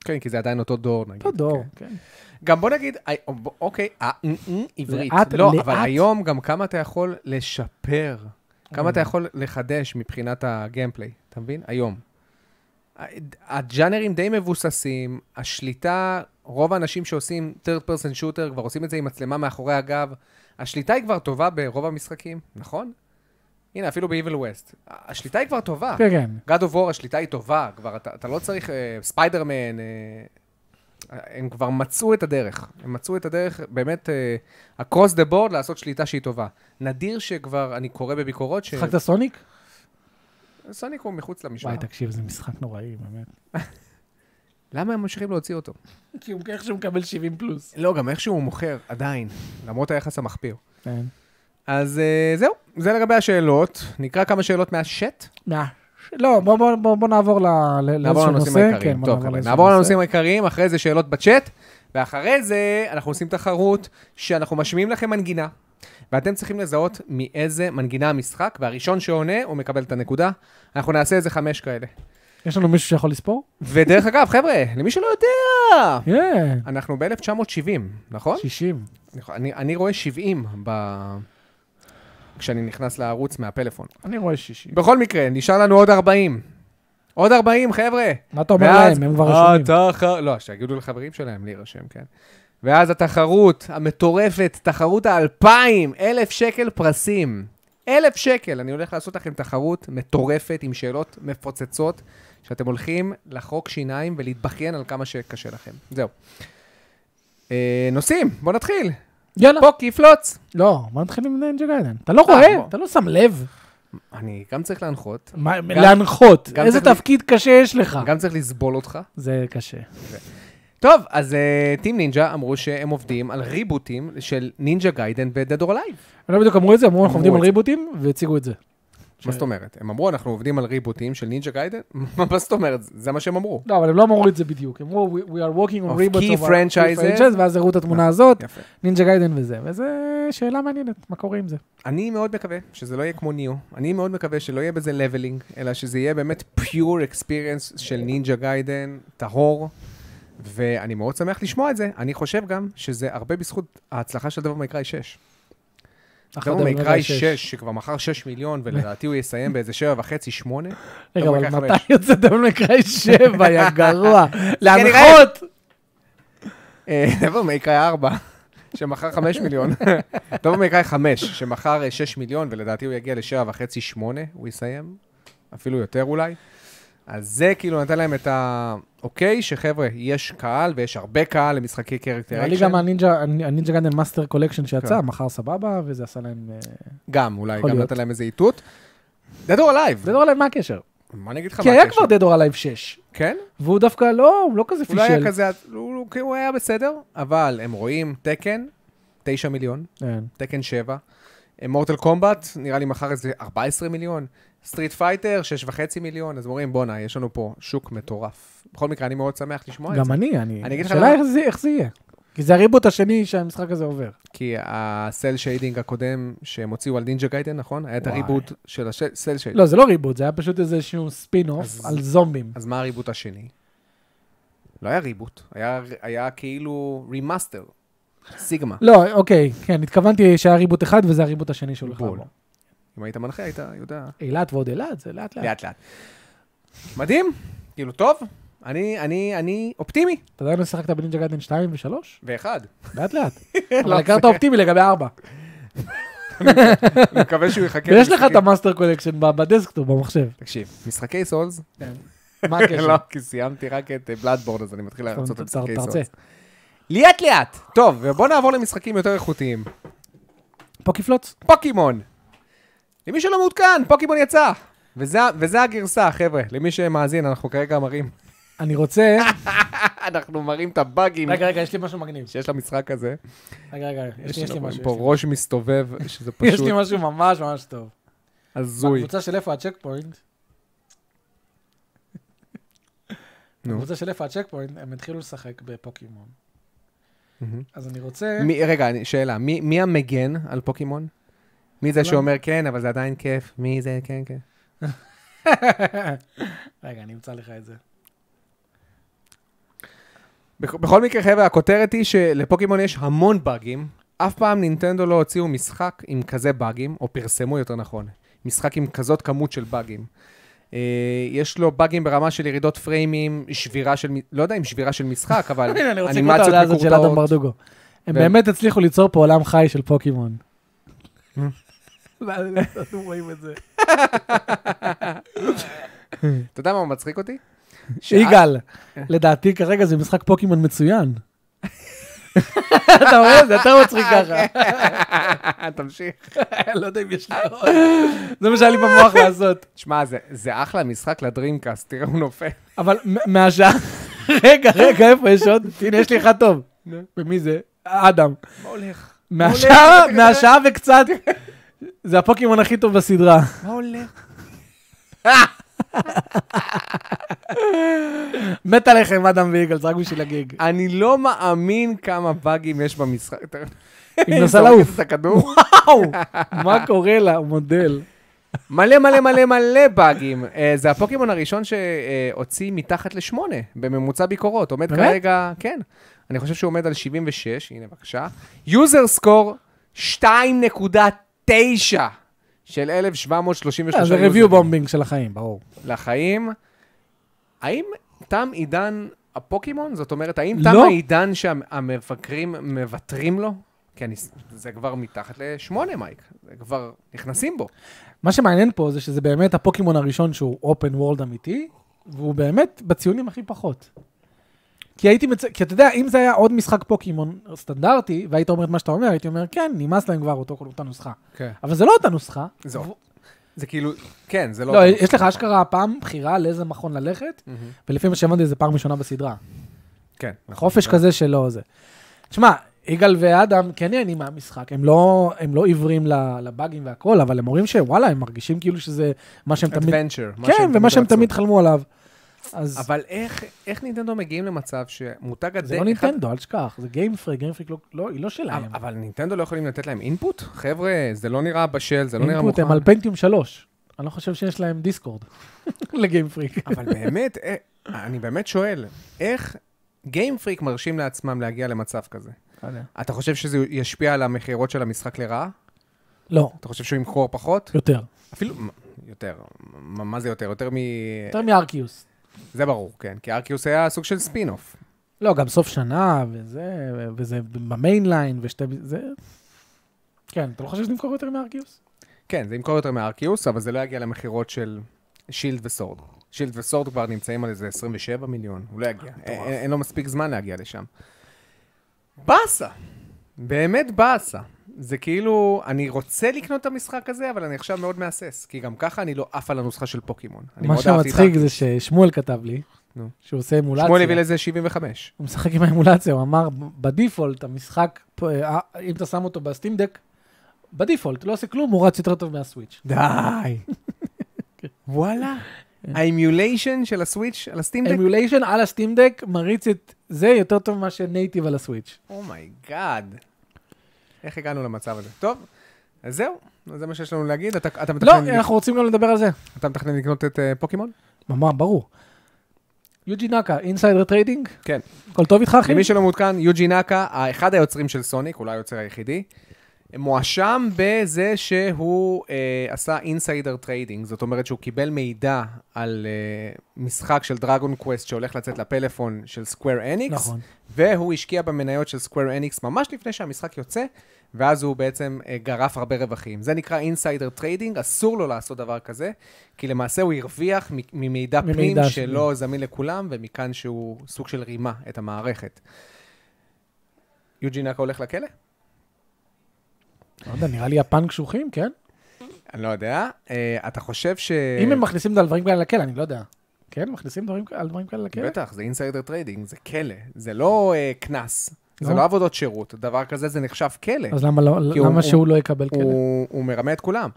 B: כן, כי זה עדיין אותו דור, נגיד.
A: אותו דור.
B: כן.
A: כן.
B: גם בוא נגיד, אה, אוקיי, אה, אה, אה, עברית.
A: לאט,
B: לא,
A: לאט.
B: אבל היום גם כמה אתה יכול לשפר, כמה
A: Mm.
B: אתה יכול לחדש מבחינת הגיימפליי, אתה מבין? היום. ה- הג'אנרים די מבוססים, השליטה, רוב האנשים שעושים third person shooter כבר עושים את זה עם מצלמה מאחורי הגב. השליטה היא כבר טובה ברוב המשחקים, נכון? הנה, אפילו ב-Evil West. ה- השליטה היא כבר טובה.
A: כן, כן.
B: God of War, השליטה היא טובה, כבר אתה, אתה לא צריך, אה, ספיידרמן, אה, הם כבר מצאו את הדרך. הם מצאו את הדרך, באמת, אה, across the board, לעשות שליטה שהיא טובה. נדיר שכבר, אני קורא בביקורות, ש...
A: שיחקת סוניק?
B: סוניק הוא מחוץ למשוואה.
A: וואי, תקשיב, זה משחק נוראי, באמת.
B: למה הם ממשיכים להוציא אותו?
A: כי הוא איך שהוא מקבל 70 פלוס.
B: לא, גם איכשהו הוא מוכר, עדיין, למרות היחס המחפיר.
A: כן.
B: אז אה, זהו, זה לגבי השאלות. נקרא כמה שאלות מהשט.
A: מה? לא, בוא- בוא- בוא בוא נעבור ל- ל-
B: נעבור
A: לאיזשהו
B: לנושאים
A: נושא.
B: העיקריים.
A: כן, בוא
B: טוב, חבר'ה,
A: לאיזשהו
B: נעבור
A: נושא.
B: לנושאים העיקריים, אחרי זה שאלות בצ'אט, ואחרי זה אנחנו עושים תחרות שאנחנו משמיעים לכם מנגינה, ואתם צריכים לזהות מאיזה מנגינה המשחק, והראשון שעונה, הוא מקבל את הנקודה. אנחנו נעשה איזה חמש כאלה.
A: יש לנו מישהו שיכול לספור?
B: ודרך אגב, חבר'ה, למי שלא יודע,
A: כן.
B: אנחנו ב-1970, נכון?
A: 60.
B: אני, אני רואה 70 ב... כשאני נכנס לערוץ מהפלאפון.
A: אני רואה 60.
B: בכל מקרה, נשאר לנו עוד 40. עוד 40, חבר'ה.
A: מה אתה אומר להם?
B: אה,
A: הם כבר רשומים.
B: התחר... לא, שיגידו לחברים שלהם להירשם, כן. ואז התחרות המטורפת, תחרות האלפיים, אלף שקל פרסים. אלף שקל, אני הולך לעשות לכם תחרות מטורפת עם שאלות מפוצצות, שאתם הולכים לחוק שיניים ולהתבכיין על כמה שקשה לכם. זהו. אה, נוסעים, בואו נתחיל.
A: יאללה.
B: פה יפלוץ.
A: לא, בוא נתחיל עם נינג'ה גיידן. אתה לא רואה?
B: אה, בוא.
A: אתה לא שם לב?
B: אני גם צריך להנחות,
A: מה- להנחות.
B: גם
A: איזה
B: צריך-
A: תפקיד קשה יש לך?
B: גם צריך לסבול אותך.
A: זה קשה.
B: טוב, אז אה, טים נינג'ה אמרו שהם עובדים על ריבוטים של נינג'ה גיידן ו-Dead or Alive.
A: הם לא בדיוק אמרו את זה, אמרו אנחנו
B: אמרו
A: עובדים
B: את
A: על
B: זה.
A: ריבוטים, והציגו את זה.
B: מה זאת אומרת? הם אמרו, אנחנו עובדים על ריבוטים של נינג'ה גיידן? מה זאת אומרת? זה מה שהם אמרו.
A: לא, אבל הם לא אמרו את זה בדיוק. הם אמרו, we we are working
B: Of
A: on reboots
B: key
A: our
B: franchises.
A: franchises", ואז הראו את התמונה הזאת,
B: יפה.
A: נינג'ה גיידן וזה, וזו שאלה מעניינת, מה קורה עם זה?
B: אני מאוד מקווה שזה לא יהיה כמו ניו. אני מאוד מקווה שלא יהיה בזה לבלינג, אלא שזה יהיה באמת pure experience של נינג'ה גיידן, טהור, ואני מאוד שמח לשמוע את זה. אני חושב גם שזה הרבה בזכות ההצלחה של דבר מקראי 6. דבר מקראי 6, שכבר מכר 6 מיליון, ולדעתי הוא יסיים באיזה 7 וחצי, 8.
A: רגע,
B: דבל
A: אבל
B: מקראי
A: מתי יוצא דבר מקראי 7, יא גרוע?
B: נראה.
A: להנחות!
B: דבר מייקאי 4, שמכר 5 מיליון. דבר מייקאי 5, שמכר 6 מיליון, ולדעתי הוא יגיע ל-7.5-8, הוא יסיים, אפילו יותר אולי. אז זה כאילו נתן להם את האוקיי, שחבר'ה, יש קהל ויש הרבה קהל למשחקי קרקטר
A: נראה לי
B: אקשן.
A: גם הנינג'ה הנינג'ה גיידן מאסטר קולקשן שיצא,
B: כן.
A: מכר סבבה, וזה עשה להם... אה,
B: גם, אולי,
A: יכול
B: גם
A: להיות.
B: נתן להם איזה איתות. Dead or Alive.
A: זה לא עליי, מה הקשר?
B: מה אני אגיד לך?
A: כי
B: מה
A: היה
B: הקשר?
A: כבר דד אור עליי 6,
B: כן?
A: והוא דווקא לא, הוא לא כזה
B: הוא לא היה
A: פישל.
B: כזה, הוא הוא- הוא היה בסדר, אבל הם רואים תקן, 9 מיליון.
A: כן.
B: תקן 7. מורטל קומבט, נראה לי מחר איזה 14 מיליון. סטריט פייטר, 6.5 מיליון. אז הם אומרים, בואנה, יש לנו פה שוק מטורף. בכל מקרה, אני מאוד שמח לשמוע את זה.
A: גם אני, אני...
B: אני אגיד לך
A: השאלה
B: למה-
A: איך זה- איך זה יהיה. כי זה הריבוט השני שהמשחק הזה עובר.
B: כי הסל שיידינג הקודם שהם הוציאו על נינג'ה גיידן, נכון? היה את
A: וואי.
B: הריבוט של הסל שיידינג.
A: לא, זה לא ריבוט, זה היה פשוט איזשהו ספין-אוף
B: אז-
A: על זומבים.
B: אז מה הריבוט השני? לא היה ריבוט, היה, היה כאילו רימאסטר, סיגמה.
A: לא, אוקיי, כן, התכוונתי שהיה ריבוט אחד וזה הריבוט השני שהולך
B: בול.
A: לעבור.
B: אם היית מנחה, היית יודע.
A: אילת ועוד אילת, זה לאט לאט.
B: לאט לאט. מדהים, כאילו טוב, אני, אני, אני אופטימי.
A: אתה עדיין לא שיחקת בנינג'ה גיידן 2 ו-3?
B: ואחד.
A: לאט לאט.
B: לא,
A: אבל הכרת אופטימי לגבי 4.
B: כן, אני מקווה שהוא יחכה.
A: ויש לך את
B: למשחקי-
A: המאסטר קולקשן ב- בדסקטופ, במחשב.
B: תקשיב, משחקי סולס,
A: מה
B: לא,
A: הקשר?
B: כי סיימתי רק את בלאדבורד, אז אני מתחיל להרצות את
A: כן, נכון, אתה-
B: משחקי
A: תרצה.
B: סולס. ליאט לאט. טוב, ובוא נעבור למשחקים יותר איכותיים.
A: פוקיפלוץ?
B: פוקימון. למי שלא מעודכן, פוקימון יצא. וזה, וזה הגרסה, חבר'ה. למי שמאזין, אנחנו כרגע מראים.
A: אני רוצה...
B: אנחנו מראים את הבאגים
A: רגע, רגע, יש לי משהו מגניב.
B: שיש למשחק הזה.
A: רגע, רגע, יש לי- יש לי
B: לנו
A: משהו.
B: פה
A: יש לי-
B: ראש מסתובב, שזה
A: יש לי
B: פשוט
A: משהו ממש ממש טוב.
B: הזוי.
A: בקבוצה של איפה הצ'ק פוינט,
B: נו.
A: בקבוצה של איפה הצ'ק פוינט, הם התחילו לשחק בפוקימון.
B: מהמם.
A: אז אני רוצה...
B: מי- רגע, אני- שאלה, מי מי המגן על פוקימון? מי זה
A: כולם.
B: שאומר כן, אבל זה עדיין כיף? מי זה כן, כן?
A: רגע, אני אמצא לך את זה.
B: בכ- בכל מקרה, חבר'ה, הכותרת היא שלפוקימון יש המון באגים. אף פעם נינטנדו לא הוציאו משחק עם כזה באגים, או פרסמו יותר נכון, משחק עם כזאת כמות של באגים. אה, יש לו באגים ברמה של ירידות פריימים, שבירה של, מ- לא יודע אם שבירה של משחק, אבל
A: הנה, אני רוצה לקרוא את
B: אנימציות
A: ההודעה הזאת של אדם
B: מקורטעות.
A: ברדוגו. הם
B: ו-
A: באמת הצליחו ליצור פה עולם חי של פוקימון. לא, לא, אתם רואים את זה.
B: אתה יודע מה מצחיק אותי?
A: יגאל, לדעתי כרגע זה משחק פוקימון מצוין. אתה רואה? זה יותר מצחיק ככה.
B: תמשיך.
A: אה, לא יודע אם יש לי עוד. זה מה שהיה לי במוח לעשות.
B: שמע, זה- זה אחלה משחק לדרימקאסט, תראה, הוא נופל.
A: אבל מ- מהשעה... רגע, רגע, איפה יש עוד? הנה, יש לי אחד טוב.
B: נו.
A: ומי זה? אדם.
B: מה הולך?
A: מהשעה, מהשעה וקצת. זה הפוקימון הכי טוב בסדרה.
B: מה הולך?
A: מת עליכם, אדם ויגאל, זה רק בשביל הגיג.
B: אני לא מאמין כמה באגים יש במשחק. אה,
A: היא מנסה לעוף.
B: זורקת את הכדור.
A: וואו, מה קורה לה? מודל.
B: מלא מלא מלא מלא באגים. אה, זה הפוקימון הראשון שהוציא מתחת לשמונה בממוצע ביקורות. עומד
A: באמת?
B: כרגע, כן. אני חושב שהוא עומד על 76, הנה בבקשה. יוזר סקור 2.9 של 1,733
A: אה, זה
B: יוזרים
A: review בומבינג של החיים, ברור.
B: לחיים. האם תם עידן הפוקימון? זאת אומרת, האם
A: לא.
B: תם העידן שהמבקרים מוותרים לו? כי אני, זה כבר מתחת לשמונה, מייק. זה כבר נכנסים בו.
A: מה שמעניין פה זה שזה באמת הפוקימון הראשון שהוא אופן וורלד אמיתי, והוא באמת בציונים הכי פחות. כי הייתי מצ... כי אתה יודע, אם זה היה עוד משחק פוקימון סטנדרטי, והיית אומר את מה שאתה אומר, הייתי אומר, כן, נמאס להם כבר אותו, אותה נוסחה.
B: כן.
A: אבל זה לא אותה נוסחה.
B: זה-
A: ו-
B: זה כאילו, כן, זה לא...
A: לא, יש לך אשכרה הפעם בחירה לאיזה מכון ללכת,
B: מהמם.
A: ולפי מה שהבנתי זה פעם ראשונה בסדרה.
B: כן.
A: חופש כזה שלא זה. תשמע, יגאל ואדם כן נהנים מהמשחק, הם לא, הם לא עיוורים ל- לבאגים והכל, אבל הם אומרים שוואלה, הם מרגישים כאילו שזה מה
B: לא-
A: שהם תמיד...
B: אדוונצ'ר.
A: כן, ומה שהם תמיד חלמו עליו. אז
B: אבל איך, איך נינטנדו מגיעים למצב שמותג הדק...
A: זה לא נינטנדו, אל תשכח, זה גיימפרי, גיימפרי לא, היא לא שלהם.
B: אבל, אבל נינטנדו לא יכולים לתת להם אינפוט? חבר'ה, זה לא נראה בשל, זה לא נראה
A: אינפוט
B: מוכן.
A: הם על פנטיום 3. אני לא חושב שיש להם דיסקורד לגיימפרי.
B: אבל באמת, אה, אני באמת שואל, איך גיימפריק מרשים לעצמם להגיע למצב כזה? אתה חושב שזה ישפיע על המכירות של המשחק לרעה?
A: לא,
B: אתה חושב שהוא ימכור פחות?
A: יותר.
B: אפילו... מ- יותר. מה מה זה יותר? יותר מ...
A: יותר מארקיוס.
B: זה ברור, כן. כי ארקיוס היה סוג של ספין-אוף.
A: לא, גם סוף שנה, וזה, וזה במיינליין, ושתי... זה... כן, אתה לא חושב שנמכור יותר מארקיוס?
B: כן, זה ימכור יותר מארקיוס, אבל זה לא יגיע למכירות של שילד וסורד. שילד וסורד כבר נמצאים על איזה 27 מיליון, הוא לא יגיע. א- א- אין לו מספיק זמן להגיע לשם. באסה! באמת באסה. זה כאילו, אני רוצה לקנות את המשחק הזה, אבל אני עכשיו מאוד מהסס, כי גם ככה אני לא עף על הנוסחה של פוקימון. אני
A: מה
B: מאוד אהבתי את
A: שמצחיק זה ששמואל כתב לי,
B: נו.
A: שהוא עושה
B: ה-
A: אמולציה.
B: שמואל הביא לזה 75.
A: הוא משחק עם האמולציה, הוא אמר, בדיפולט, המשחק, פה, אה, אם אתה שם אותו בסטים דק, בדיפולט, לא עושה כלום, הוא רץ יותר טוב מהסוויץ'.
B: די. וואלה.
A: כן.
B: האימיוליישן של הסוויץ' על הסטימדק?
A: אמוליישן על הסטימדק מריץ את זה יותר טוב ממה שנייטיב על הסוויץ'.
B: אומייגאד. Oh איך הגענו למצב הזה? טוב, אז זהו, אז זה מה שיש לנו להגיד. אתה אתה
A: לא,
B: מתכנן-
A: אנחנו רוצים גם לדבר על זה.
B: אתה מתכנן לקנות את אה, פוקימון?
A: ממש, ברור. יוג'י נקה, אינסיידר טריידינג?
B: כן.
A: הכל טוב איתך, אחי?
B: למי שלא מעודכן, יוג'י נקה, אחד היוצרים של סוניק, אולי היוצר היחידי, מואשם בזה שהוא אה, עשה אינסיידר טריידינג, זאת אומרת שהוא קיבל מידע על אה, משחק של דרגון קווסט שהולך לצאת לפלאפון של סקוואר אניקס,
A: נכון.
B: והוא השקיע במניות של סקוואר אניקס ממש לפני שהמשחק יוצא, ואז הוא בעצם אה, גרף הרבה רווחים. זה נקרא אינסיידר טריידינג, אסור לו לעשות דבר כזה, כי למעשה הוא הרוויח מ- ממידע פנים
A: ממידע שלו.
B: שלא זמין לכולם, ומכאן שהוא סוג של רימה את המערכת. יוג'י נקה הולך לכלא?
A: לא יודע, נראה לי יפן קשוחים, כן?
B: אני לא יודע. אה, אתה חושב ש...
A: אם הם מכניסים על דברים כאלה לכלא, אני לא יודע. כן, מכניסים דברים על דברים כאלה לכלא?
B: בטח, זה אינסיידר טריידינג, זה כלא. זה לא אה, קנס, זה
A: לא.
B: לא עבודות שירות. דבר כזה זה נחשב כלא.
A: אז למה לא-
B: כי הוא-
A: למה
B: הוא-
A: שהוא לא יקבל כלא?
B: הוא, הוא מרמה את כולם.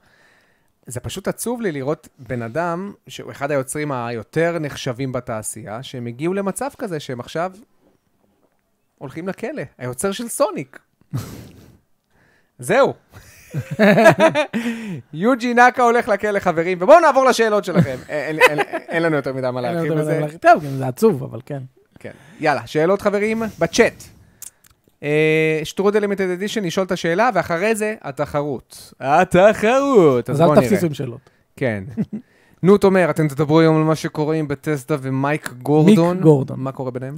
B: זה פשוט עצוב לי לראות בן אדם, שהוא אחד היוצרים היותר נחשבים בתעשייה, שהם הגיעו למצב כזה שהם עכשיו הולכים לכלא. היוצר של סוניק. זהו. יוג'י נקה הולך לכלא, חברים, ובואו נעבור לשאלות שלכם. אין, אין, אין, אין לנו יותר מדי מה
A: אין לנו
B: להרחיב
A: דבר
B: בזה.
A: כן, לא להרחיב. טוב, גם זה עצוב, אבל כן.
B: כן. יאללה, שאלות חברים, בצ'אט. אה, שטרודל לימיטד אדישן, לשאול את השאלה, ואחרי זה, התחרות. התחרות!
A: אז אל תפסיסו עם שאלות.
B: כן. נוט אומר, אתם תדברו היום על מה שקורה עם בטסדה ומייק גורדון.
A: מיק גורדון.
B: מה קורה ביניהם?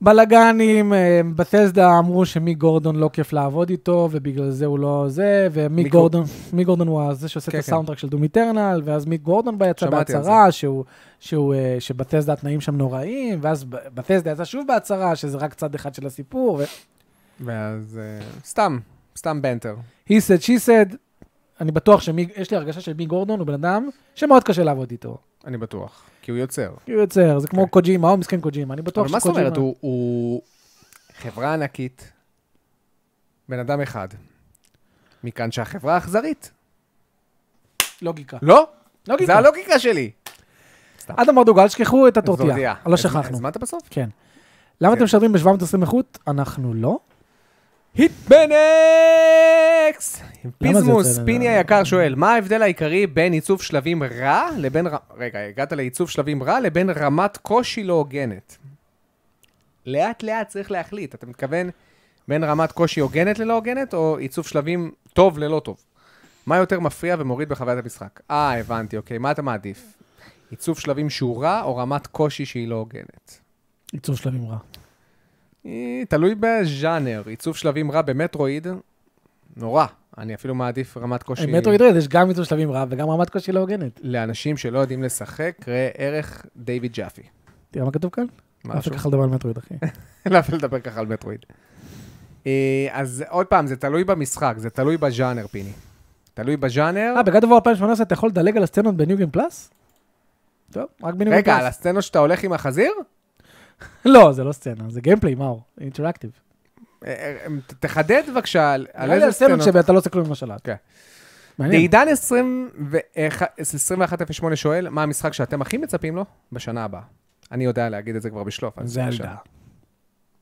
A: בלאגנים, אה, בתסדה אמרו שמי גורדון לא כיף לעבוד איתו, ובגלל זה הוא לא זה, ומי
B: מי
A: גורדון, מי גורדון הוא זה שעושה
B: כן,
A: את
B: כן.
A: הסאונדטרק של דום איטרנל, ואז מי גורדון בא יצא
B: שמעתי על
A: בהצהרה, שהוא- שהוא, אה, שבתסדה התנאים שם נוראים, ואז ב- בתסדה יצא שוב בהצהרה, שזה רק צד אחד של הסיפור, ו-
B: ואז אה, סתם, סתם בנטר.
A: he said, she said, אני בטוח שמי, יש לי הרגשה שמי גורדון הוא בן אדם שמאוד קשה לעבוד איתו.
B: אני בטוח. כי הוא יוצר.
A: כי הוא יוצר, זה כמו
B: כן.
A: קוג'ימה, הוא מסכן קוג'ימה, אני בטוח
B: אבל מה זאת
A: שקוג'ימה...
B: אומרת? הוא- הוא חברה ענקית, בן אדם אחד. מכאן שהחברה אכזרית.
A: לוגיקה.
B: לא?
A: לוגיקה.
B: זה הלוגיקה שלי.
A: אדם מרדוגל, שכחו את הטורטיה.
B: טורטיה.
A: לא
B: הזמ-
A: שכחנו.
B: הזמנת בסוף?
A: כן. למה
B: כן.
A: אתם משדרים ב-720 איכות? אנחנו לא.
B: היטבנקס!
A: למה זה
B: פיזמוס,
A: יוצא לנו?
B: פיני היקר שואל, מה ההבדל העיקרי בין עיצוב שלבים רע לבין... ר- רגע, הגעת לעיצוב שלבים רע לבין רמת קושי לא הוגנת. לאט לאט צריך להחליט, אתה מתכוון בין רמת קושי הוגנת ללא הוגנת, או עיצוב שלבים טוב ללא טוב? מה יותר מפריע ומוריד בחוויית המשחק? אה, הבנתי, אוקיי, מה אתה מעדיף? עיצוב שלבים שהוא רע, או רמת קושי שהיא לא הוגנת?
A: עיצוב שלבים רע.
B: אה, תלוי בז'אנר. עיצוב שלבים רע במטרואיד, נורא. אני אפילו מעדיף רמת קושי.
A: מטרו ידרד, אה, יש גם עיצוב שלבים רע וגם רמת קושי לא הוגנת.
B: לאנשים שלא יודעים לשחק, ראה ערך דיוויד ג'אפי.
A: תראה מה כתוב כאן?
B: מה
A: אף
B: רשום?
A: אחד לדבר על מטרואיד, אחי.
B: לא יכול לדבר ככה על מטרואיד. אה, אז עוד פעם, זה תלוי במשחק, זה תלוי בז'אנר, פיני. תלוי בז'אנר.
A: אה, בגד אובר 2018 אתה יכול לדלג על הסצנות בניו גיים פלאס? טוב, רק בניו גיים
B: רגע, על
A: פלאס.
B: הסצנות שאתה הולך עם החזיר?
A: לא, זה לא סצנה, זה גיימפליי, מאור. אינטראקטיב.
B: אה, אה, ת- תחדד בבקשה, על-
A: נראה
B: על
A: לי
B: איזה
A: הסצנות
B: סצנות.
A: שאתה לא עושה כלום עם השלט.
B: כן.
A: מעניין.
B: דעידן 2108 שואל, מה המשחק שאתם הכי מצפים לו בשנה הבאה? אני יודע להגיד את זה כבר בשלוף. אז
A: זלדה.
B: בבקשה.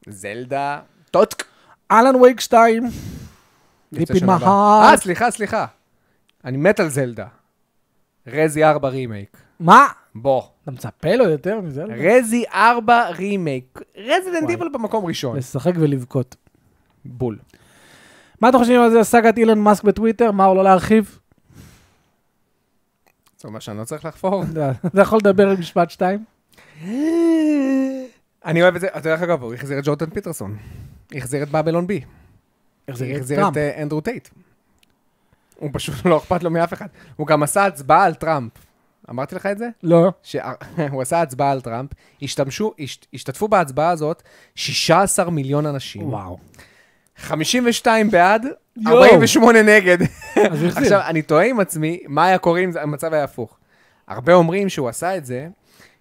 B: זלדה, טוטק.
A: אלן וייק 2.
B: יוצא
A: Deep in
B: שנה
A: my
B: הבאה.
A: heart.
B: אה, סליחה, סליחה. אני מת על זלדה. רזי 4 רימייק.
A: מה?
B: בוא.
A: אתה מצפה לו יותר מזה?
B: רזי 4 רימייק. רזידנט
A: וואי.
B: איבל במקום ראשון.
A: לשחק ולבכות.
B: נכון. בול.
A: מה אתם חושבים על זה? סאגת אילון מאסק בטוויטר? מאור, לא להרחיב?
B: זה אומר שאני לא צריך לחפור.
A: אתה יכול לדבר על משפט שתיים?
B: אני אוהב את זה, אתה יודע, דרך אגב, הוא החזיר את ג'ורדן פיטרסון. החזיר את בבלון בי. החזיר את אה, אנדרו טייט. הוא פשוט לא אכפת לו מאף אחד. הוא גם עשה הצבעה על טראמפ. אמרתי לך את זה?
A: לא.
B: שהוא עשה הצבעה על טראמפ, השתמשו, הש, השתתפו בהצבעה הזאת 16 מיליון אנשים.
A: וואו.
B: 52 בעד,
A: יואו.
B: 48 נגד.
A: אז הוא החזיר.
B: עכשיו, אני תוהה עם עצמי, מה היה קורה אם זה- המצב היה הפוך. הרבה אומרים שהוא עשה את זה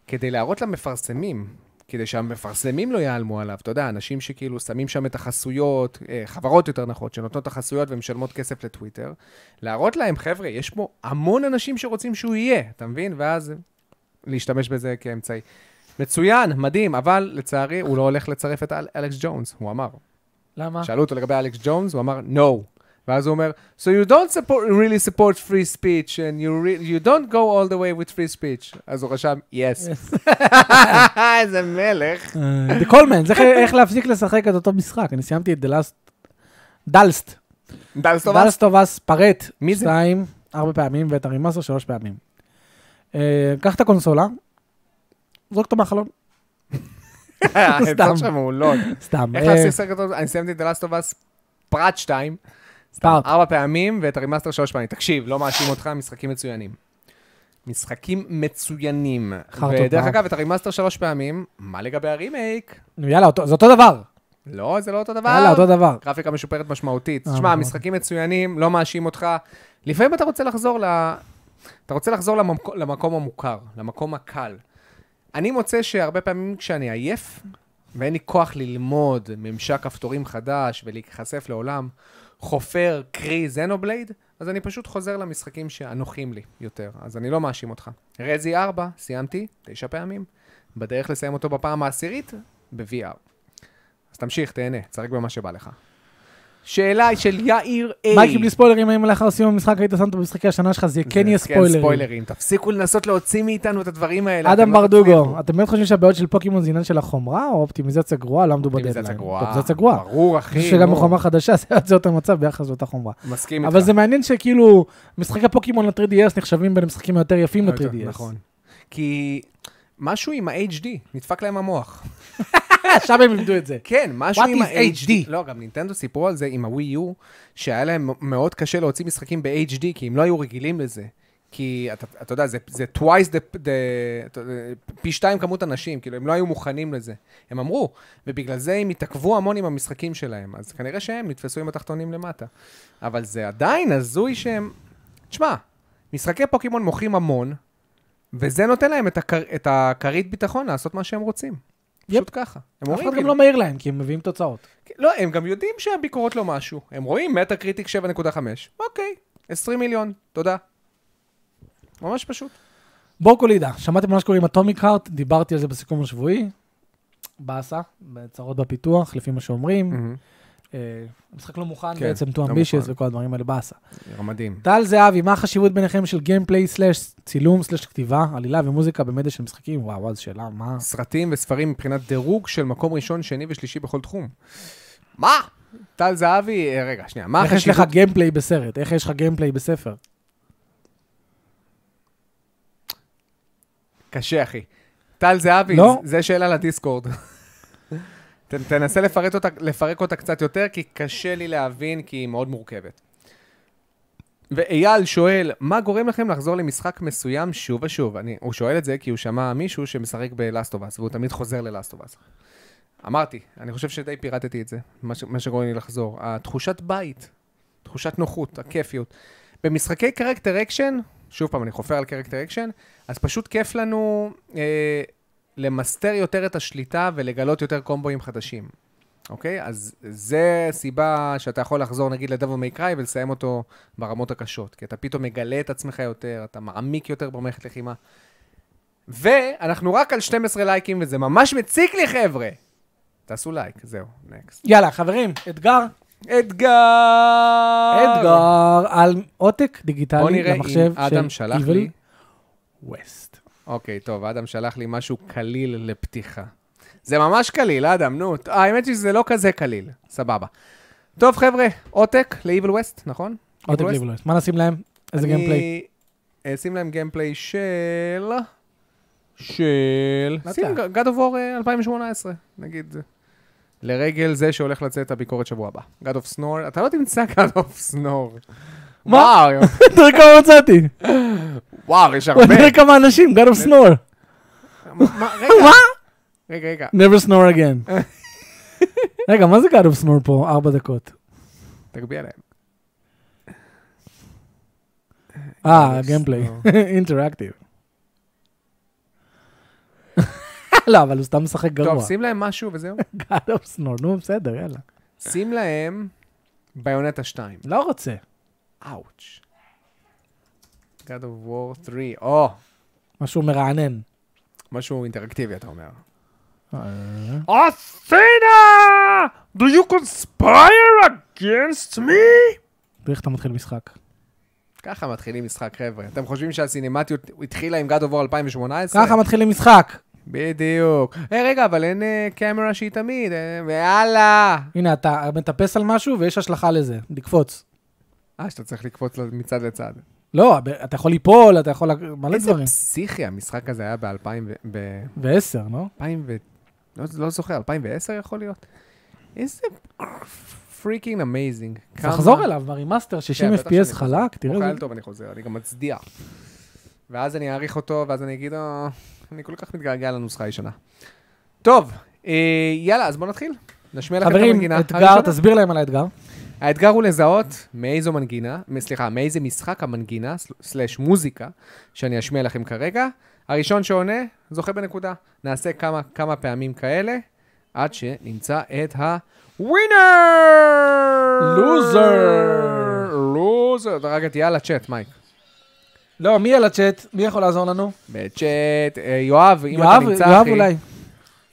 B: כדי להראות למפרסמים כדי שהמפרסמים לא ייעלמו עליו. אתה יודע, אנשים שכאילו שמים שם את החסויות, אה, חברות יותר נכון, שנותנות את החסויות ומשלמות כסף לטוויטר, להראות להם, חבר'ה, יש פה המון אנשים שרוצים שהוא יהיה, אתה מבין? ואז להשתמש בזה כאמצעי. מצוין, מדהים, אבל לצערי הוא לא הולך לצרף את אל- אלכס ג'ונס, הוא אמר.
A: למה?
B: שאלו אותו לגבי אלכס ג'ונס, הוא אמר, no. ואז הוא אומר, so you don't support, really support free speech, and you, re- you don't go all the way with free speech. אז הוא רשם, yes. איזה מלך.
A: אה, The Callman, זה איך- איך להפסיק לשחק את אותו משחק. אני סיימתי את The Last... דלסט.
B: דלסטובס.
A: דלסט טוב אס פרט.
B: מי זה?
A: שתיים, ארבע פעמים, ואת הרימאסטר שלוש פעמים. אה, קח את הקונסולה, זרוק אותו מהחלון.
B: העצות שם מעולות.
A: סתם.
B: לא. איך
A: אה,
B: להשיג סרט אני סיימתי את The Last of Us פרט 2,
A: פארט.
B: ארבע פעמים, ואת הרימאסטר שלוש פעמים. תקשיב, לא מאשים אותך, משחקים מצוינים. משחקים מצוינים.
A: חרטות
B: ודרך
A: ברק.
B: אגב, את הרימאסטר שלוש פעמים, מה לגבי הרימייק?
A: נו, יאללה, אותו- זה אותו דבר.
B: לא, זה לא אותו דבר.
A: יאללה, אותו דבר.
B: גרפיקה משופרת משמעותית.
A: אה,
B: תשמע,
A: נכון.
B: משחקים מצוינים, לא מאשים אותך. לפעמים אתה רוצה לחזור ל... אתה רוצה לחזור לממק... למקום המוכר, למקום הקל. אני מוצא שהרבה פעמים כשאני עייף, ואין לי כוח ללמוד ממשק כפתורים חדש ולהיחשף לעולם חופר, קרי, זנובלייד, אז אני פשוט חוזר למשחקים שהנוחים לי יותר. אז אני לא מאשים אותך. רזי 4, סיימתי תשע פעמים. בדרך לסיים אותו בפעם העשירית, ב-VR. אז תמשיך, תהנה, תשחק במה שבא לך. שאלה היא של יאיר איי.
A: מייקי, בלי ספוילרים, האם לאחר סיום המשחק היית שם אותו במשחקי השנה שלך, זה כן יהיה ספוילרים.
B: ספוילרים. תפסיקו לנסות להוציא מאיתנו את הדברים האלה.
A: אדם
B: אתם לא
A: ברדוגו,
B: תצליחו.
A: אתם באמת חושבים שהבעיות של פוקימון זה עניין של החומרה או אופטימיזציה גרועה? לא עמדו בדדליין.
B: אופטימיזציה גרועה.
A: אופטימיזציה גרועה.
B: ברור, אחי.
A: אני חושב שגם
B: נו.
A: בחומה חדשה זה יוצא אותו מצב ביחס לאותה חומרה.
B: מסכים איתך.
A: אבל זה מעניין שכאילו, משחקי פוקימון ל-3DS נחשבים בין המשחקים היותר יפים
B: יותר,
A: ל-3DS.
B: נכון. כי משהו עם ה-HD, נדפק להם המוח.
A: שם הם לימדו את זה.
B: כן, משהו
A: What
B: עם
A: is
B: ה-HD.
A: HD?
B: לא, גם נינטנדו סיפרו על זה עם הווי יו, שהיה להם מאוד קשה להוציא משחקים ב-HD, כי הם לא היו רגילים לזה. כי אתה, אתה יודע, זה, זה twice the, the, אתה יודע, פי שתיים כמות אנשים, כאילו, הם לא היו מוכנים לזה. הם אמרו, ובגלל זה הם התעכבו המון עם המשחקים שלהם, אז כנראה שהם נתפסו עם התחתונים למטה. אבל זה עדיין הזוי שהם... תשמע, משחקי פוקימון מוכרים המון, וזה נותן להם את, הכר, את הכרית ביטחון לעשות מה שהם רוצים. פשוט ככה. הם
A: אף אחד
B: אומרים,
A: גם
B: כאילו,
A: לא מעיר להם, כי הם מביאים תוצאות.
B: כן, לא, הם גם יודעים שהביקורות לא משהו. הם רואים מטה קריטיק 7.5. אוקיי, 20 מיליון, תודה. ממש פשוט.
A: בורקולידה, שמעתם מה שקורה עם אטומיק הארט? דיברתי על זה בסיכום השבועי. באסה, צרות בפיתוח, לפי מה שאומרים. אה, המשחק לא מוכן
B: כן,
A: בעצם,
B: לא
A: טו אמבישיוס
B: מוכן.
A: וכל הדברים האלה, באסה.
B: מדהים.
A: טל זהבי, מה החשיבות ביניכם של גיימפליי סלאש צילום סלאש כתיבה, עלילה ומוזיקה במדיה של משחקים? וואו, איזו שאלה, מה?
B: סרטים וספרים מבחינת דירוג של מקום ראשון, שני ושלישי בכל תחום. מה? טל זהבי, אה, רגע, שנייה, מה
A: איך יש
B: החשיבות?
A: לך גיימפליי בסרט? איך יש לך גיימפליי בספר?
B: קשה, אחי. טל זהבי,
A: לא.
B: זה שאלה לדיסקורד. ת- תנסה לפרט אותה, לפרק אותה קצת יותר, כי קשה לי להבין, כי היא מאוד מורכבת. ואייל שואל, מה גורם לכם לחזור למשחק מסוים שוב ושוב? אני, הוא שואל את זה כי הוא שמע מישהו שמשחק בלאסטובס, והוא תמיד חוזר ללאסטובס. אמרתי, אני חושב שדי פירטתי את זה, מה, ש, מה שגורם לי לחזור. התחושת בית, תחושת נוחות, הכיפיות. במשחקי קרקטר אקשן, שוב פעם, אני חופר על קרקטר אקשן, אז פשוט כיף לנו אה, למסתר יותר את השליטה ולגלות יותר קומבואים חדשים, אוקיי? אז זה סיבה שאתה יכול לחזור נגיד לדאבל מי קריי ולסיים אותו ברמות הקשות, כי אתה פתאום מגלה את עצמך יותר, אתה מעמיק יותר במערכת לחימה. ואנחנו רק על 12 לייקים וזה ממש מציק לי, חבר'ה! תעשו לייק, זהו, נקסט.
A: יאללה, חברים, אתגר.
B: אתגר!
A: אתגר על עותק
B: אה, בוא
A: דיגיטלי
B: נראה
A: למחשב
B: אם
A: של
B: אדם שלח
A: Evil
B: לי.
A: West.
B: אוקיי, טוב, אדם שלח לי משהו קליל לפתיחה. זה ממש קליל, אדם, נו. ת- האמת היא שזה לא כזה קליל, סבבה. טוב, חבר'ה, עותק ל-Evil West, נכון?
A: עותק
B: Evil West?
A: ליבלויסט. מה נשים להם? איזה
B: אני
A: גיימפליי?
B: אשים להם גיימפליי של... של...
A: לא
B: שים
A: יודע.
B: God of War אה, 2018, נגיד. לרגל זה שהולך לצאת הביקורת שבוע הבא. God of Snore, אתה לא תמצא God of Snore.
A: מה?
B: וואו,
A: תראה כמה מצאתי.
B: וואו, יש הרבה.
A: תראה כמה אנשים, God of Snore.
B: מה? רגע. רגע, רגע.
A: never snore again. רגע, מה זה God of Snore פה? ארבע דקות.
B: תגביה להם.
A: אה, גיימפליי. אינטראקטיב. לא, אבל הוא סתם משחק גרוע.
B: טוב, שים להם משהו וזהו.
A: גלובסנור, נו, בסדר, יאללה.
B: שים להם ביונטה 2.
A: לא רוצה.
B: אאוץ'. God of War 3, או,
A: משהו מרענן.
B: משהו אינטראקטיבי, אתה אומר.
A: אה.
B: אסינה! Do you conspire against me?
A: תראה איך אתה מתחיל משחק.
B: ככה מתחילים משחק, חבר'ה. אתם חושבים שהסינמטיות התחילה עם God of War 2018?
A: ככה מתחילים משחק.
B: בדיוק. היי, רגע, אבל אין אה, קמרה שהיא תמיד, אה, ויאללה.
A: הנה, אתה מטפס על משהו ויש השלכה לזה, לקפוץ.
B: אה, שאתה צריך לקפוץ לו מצד לצד.
A: לא, ב- אתה יכול ליפול, אתה יכול... לק- מלא
B: איזה
A: דברים.
B: פסיכי המשחק הזה היה ב-2000 ו...
A: ועשר, לא?
B: ו... לא, לא זוכר, 2010 יכול להיות? איזה פריקינג אמייזינג.
A: תחזור אליו, ברימאסטר, 60
B: כן, בטח שאני
A: FPS
B: חוזר.
A: חלק,
B: הוא
A: תראה.
B: חייל
A: זה-
B: טוב, אני חוזר, אני גם מצדיע. ואז אני אעריך אותו, ואז אני אגיד, "אה, אני כל כך מתגעגע לנוסחה הישנה. טוב, אה, יאללה, אז בואו נתחיל. נשמיע לכם את
A: חברים,
B: המנגינה.
A: אתגר,
B: הראשונה.
A: תסביר להם על האתגר.
B: האתגר הוא לזהות מאיזו מנגינה, מ- סליחה, מאיזה משחק המנגינה, סל- סלאש מוזיקה, שאני אשמיע לכם כרגע. הראשון שעונה, זוכה בנקודה. נעשה כמה, כמה פעמים כאלה, עד שנמצא את הווינר!
A: לוזר!
B: לוזר! רגע, תהיה על הצ'אט, מייק.
A: לא, מי על הצ'אט? מי יכול לעזור לנו?
B: בצ'אט, אה, יואב, אם
A: יואב,
B: אתה נמצא,
A: יואב
B: אחי.
A: אולי.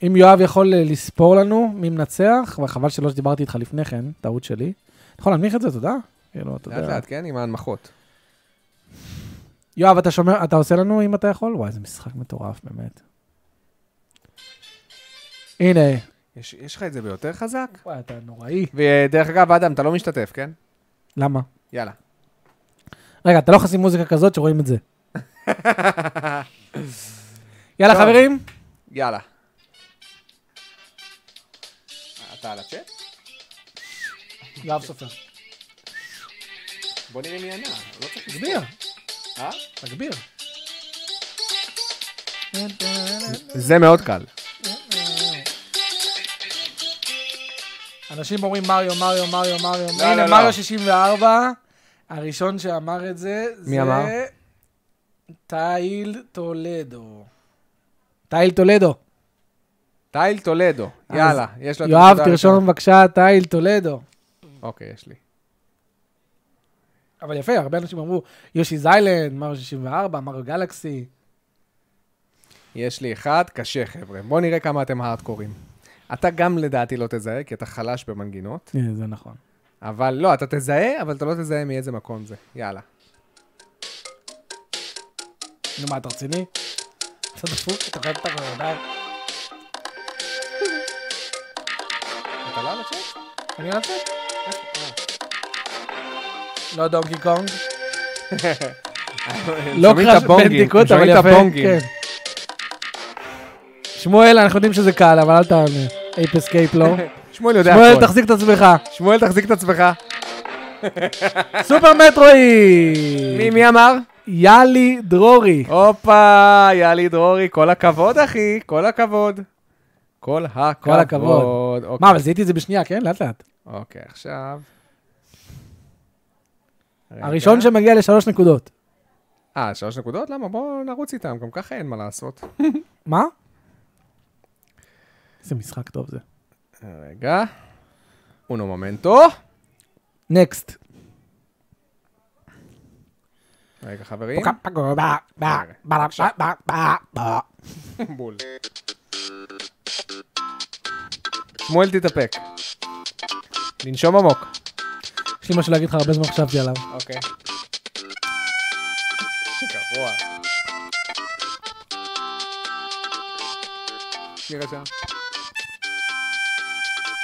A: אם יואב יכול אה, לספור לנו מי מנצח, וחבל שלא שדיברתי איתך לפני כן, טעות שלי. אתה יכול להנמיך את זה, תודה? כאילו, אתה
B: לאט
A: יודע.
B: לאט, כן? עם ההנמכות.
A: יואב, אתה שומע, אתה עושה לנו אם אתה יכול? וואי, זה משחק מטורף, באמת. הנה.
B: יש יש לך את זה ביותר חזק?
A: וואי, אתה נוראי.
B: ודרך אגב, אדם, אתה לא משתתף, כן?
A: למה?
B: יאללה.
A: רגע, אתה לא יכול לשים מוזיקה כזאת שרואים את זה. יאללה,
B: טוב.
A: חברים.
B: יאללה. אתה על הצ'אט?
A: יואב סופר.
B: בוא נראה מי ענה. לא צריך לספור.
A: תגביר,
B: אה?
A: תגביר.
B: זה מאוד קל.
A: אנשים אומרים מריו, מריו, מריו, מריו.
B: לא,
A: הנה,
B: לא,
A: מריו
B: לא.
A: 64, הראשון שאמר את זה,
B: מי
A: זה...
B: אמר?
A: טייל טולדו. טייל טולדו.
B: טייל טולדו. יאללה, יש לו את
A: יואב,
B: הנקודה הראשונה.
A: תרשום בבקשה, טייל טולדו.
B: אוקיי, יש לי.
A: אבל יפה, הרבה אנשים אמרו, יושי זיילנד, מריו 64, מריו גלקסי.
B: יש לי אחד קשה, חבר'ה. בואו נראה כמה אתם הארדקורים. אתה גם לדעתי לא תזהה, כי אתה חלש במנגינות.
A: אה, זה נכון.
B: אבל לא, אתה תזהה, אבל אתה לא תזהה מאיזה מקום זה. יאללה.
A: נו, מה, אתה רציני? אתה דפוק, אתה חייב את הרעיון.
B: אתה לא על הצ'אט?
A: אני רוצה? לא דונקי קונג. לא
B: שומעים
A: קראש
B: את הבונגים,
A: בנדיקוט, אבל
B: שומעים את
A: יפה,
B: הבונגים.
A: כן. שמואל, אנחנו יודעים שזה קל, אבל אל תענה. אייפ אסקייפ לא.
B: שמואל יודע
A: שמואל,
B: הכול.
A: תחזיק את עצמך.
B: שמואל, תחזיק את עצמך.
A: סופר מטרואי!
B: מי,
A: כן.
B: מי אמר?
A: יאלי דרורי.
B: הופה, יאלי דרורי, כל הכבוד, אחי, כל הכבוד. כל הכבוד.
A: כל הכבוד.
B: אוקיי,
A: מה, אבל זיהיתי את זה בשנייה, כן? לאט לאט.
B: אוקיי, עכשיו. רגע.
A: הראשון שמגיע לשלוש נקודות.
B: אה, שלוש נקודות? למה? בואו נרוץ איתם, גם ככה אין מה לעשות.
A: מה? איזה משחק טוב זה.
B: רגע. אונו מומנטו.
A: נקסט.
B: רגע, חברים. בול. שמואל תתאפק. לנשום עמוק.
A: יש לי משהו להגיד לך, הרבה זמן חשבתי עליו.
B: אוקיי. גבוה. מי רשם?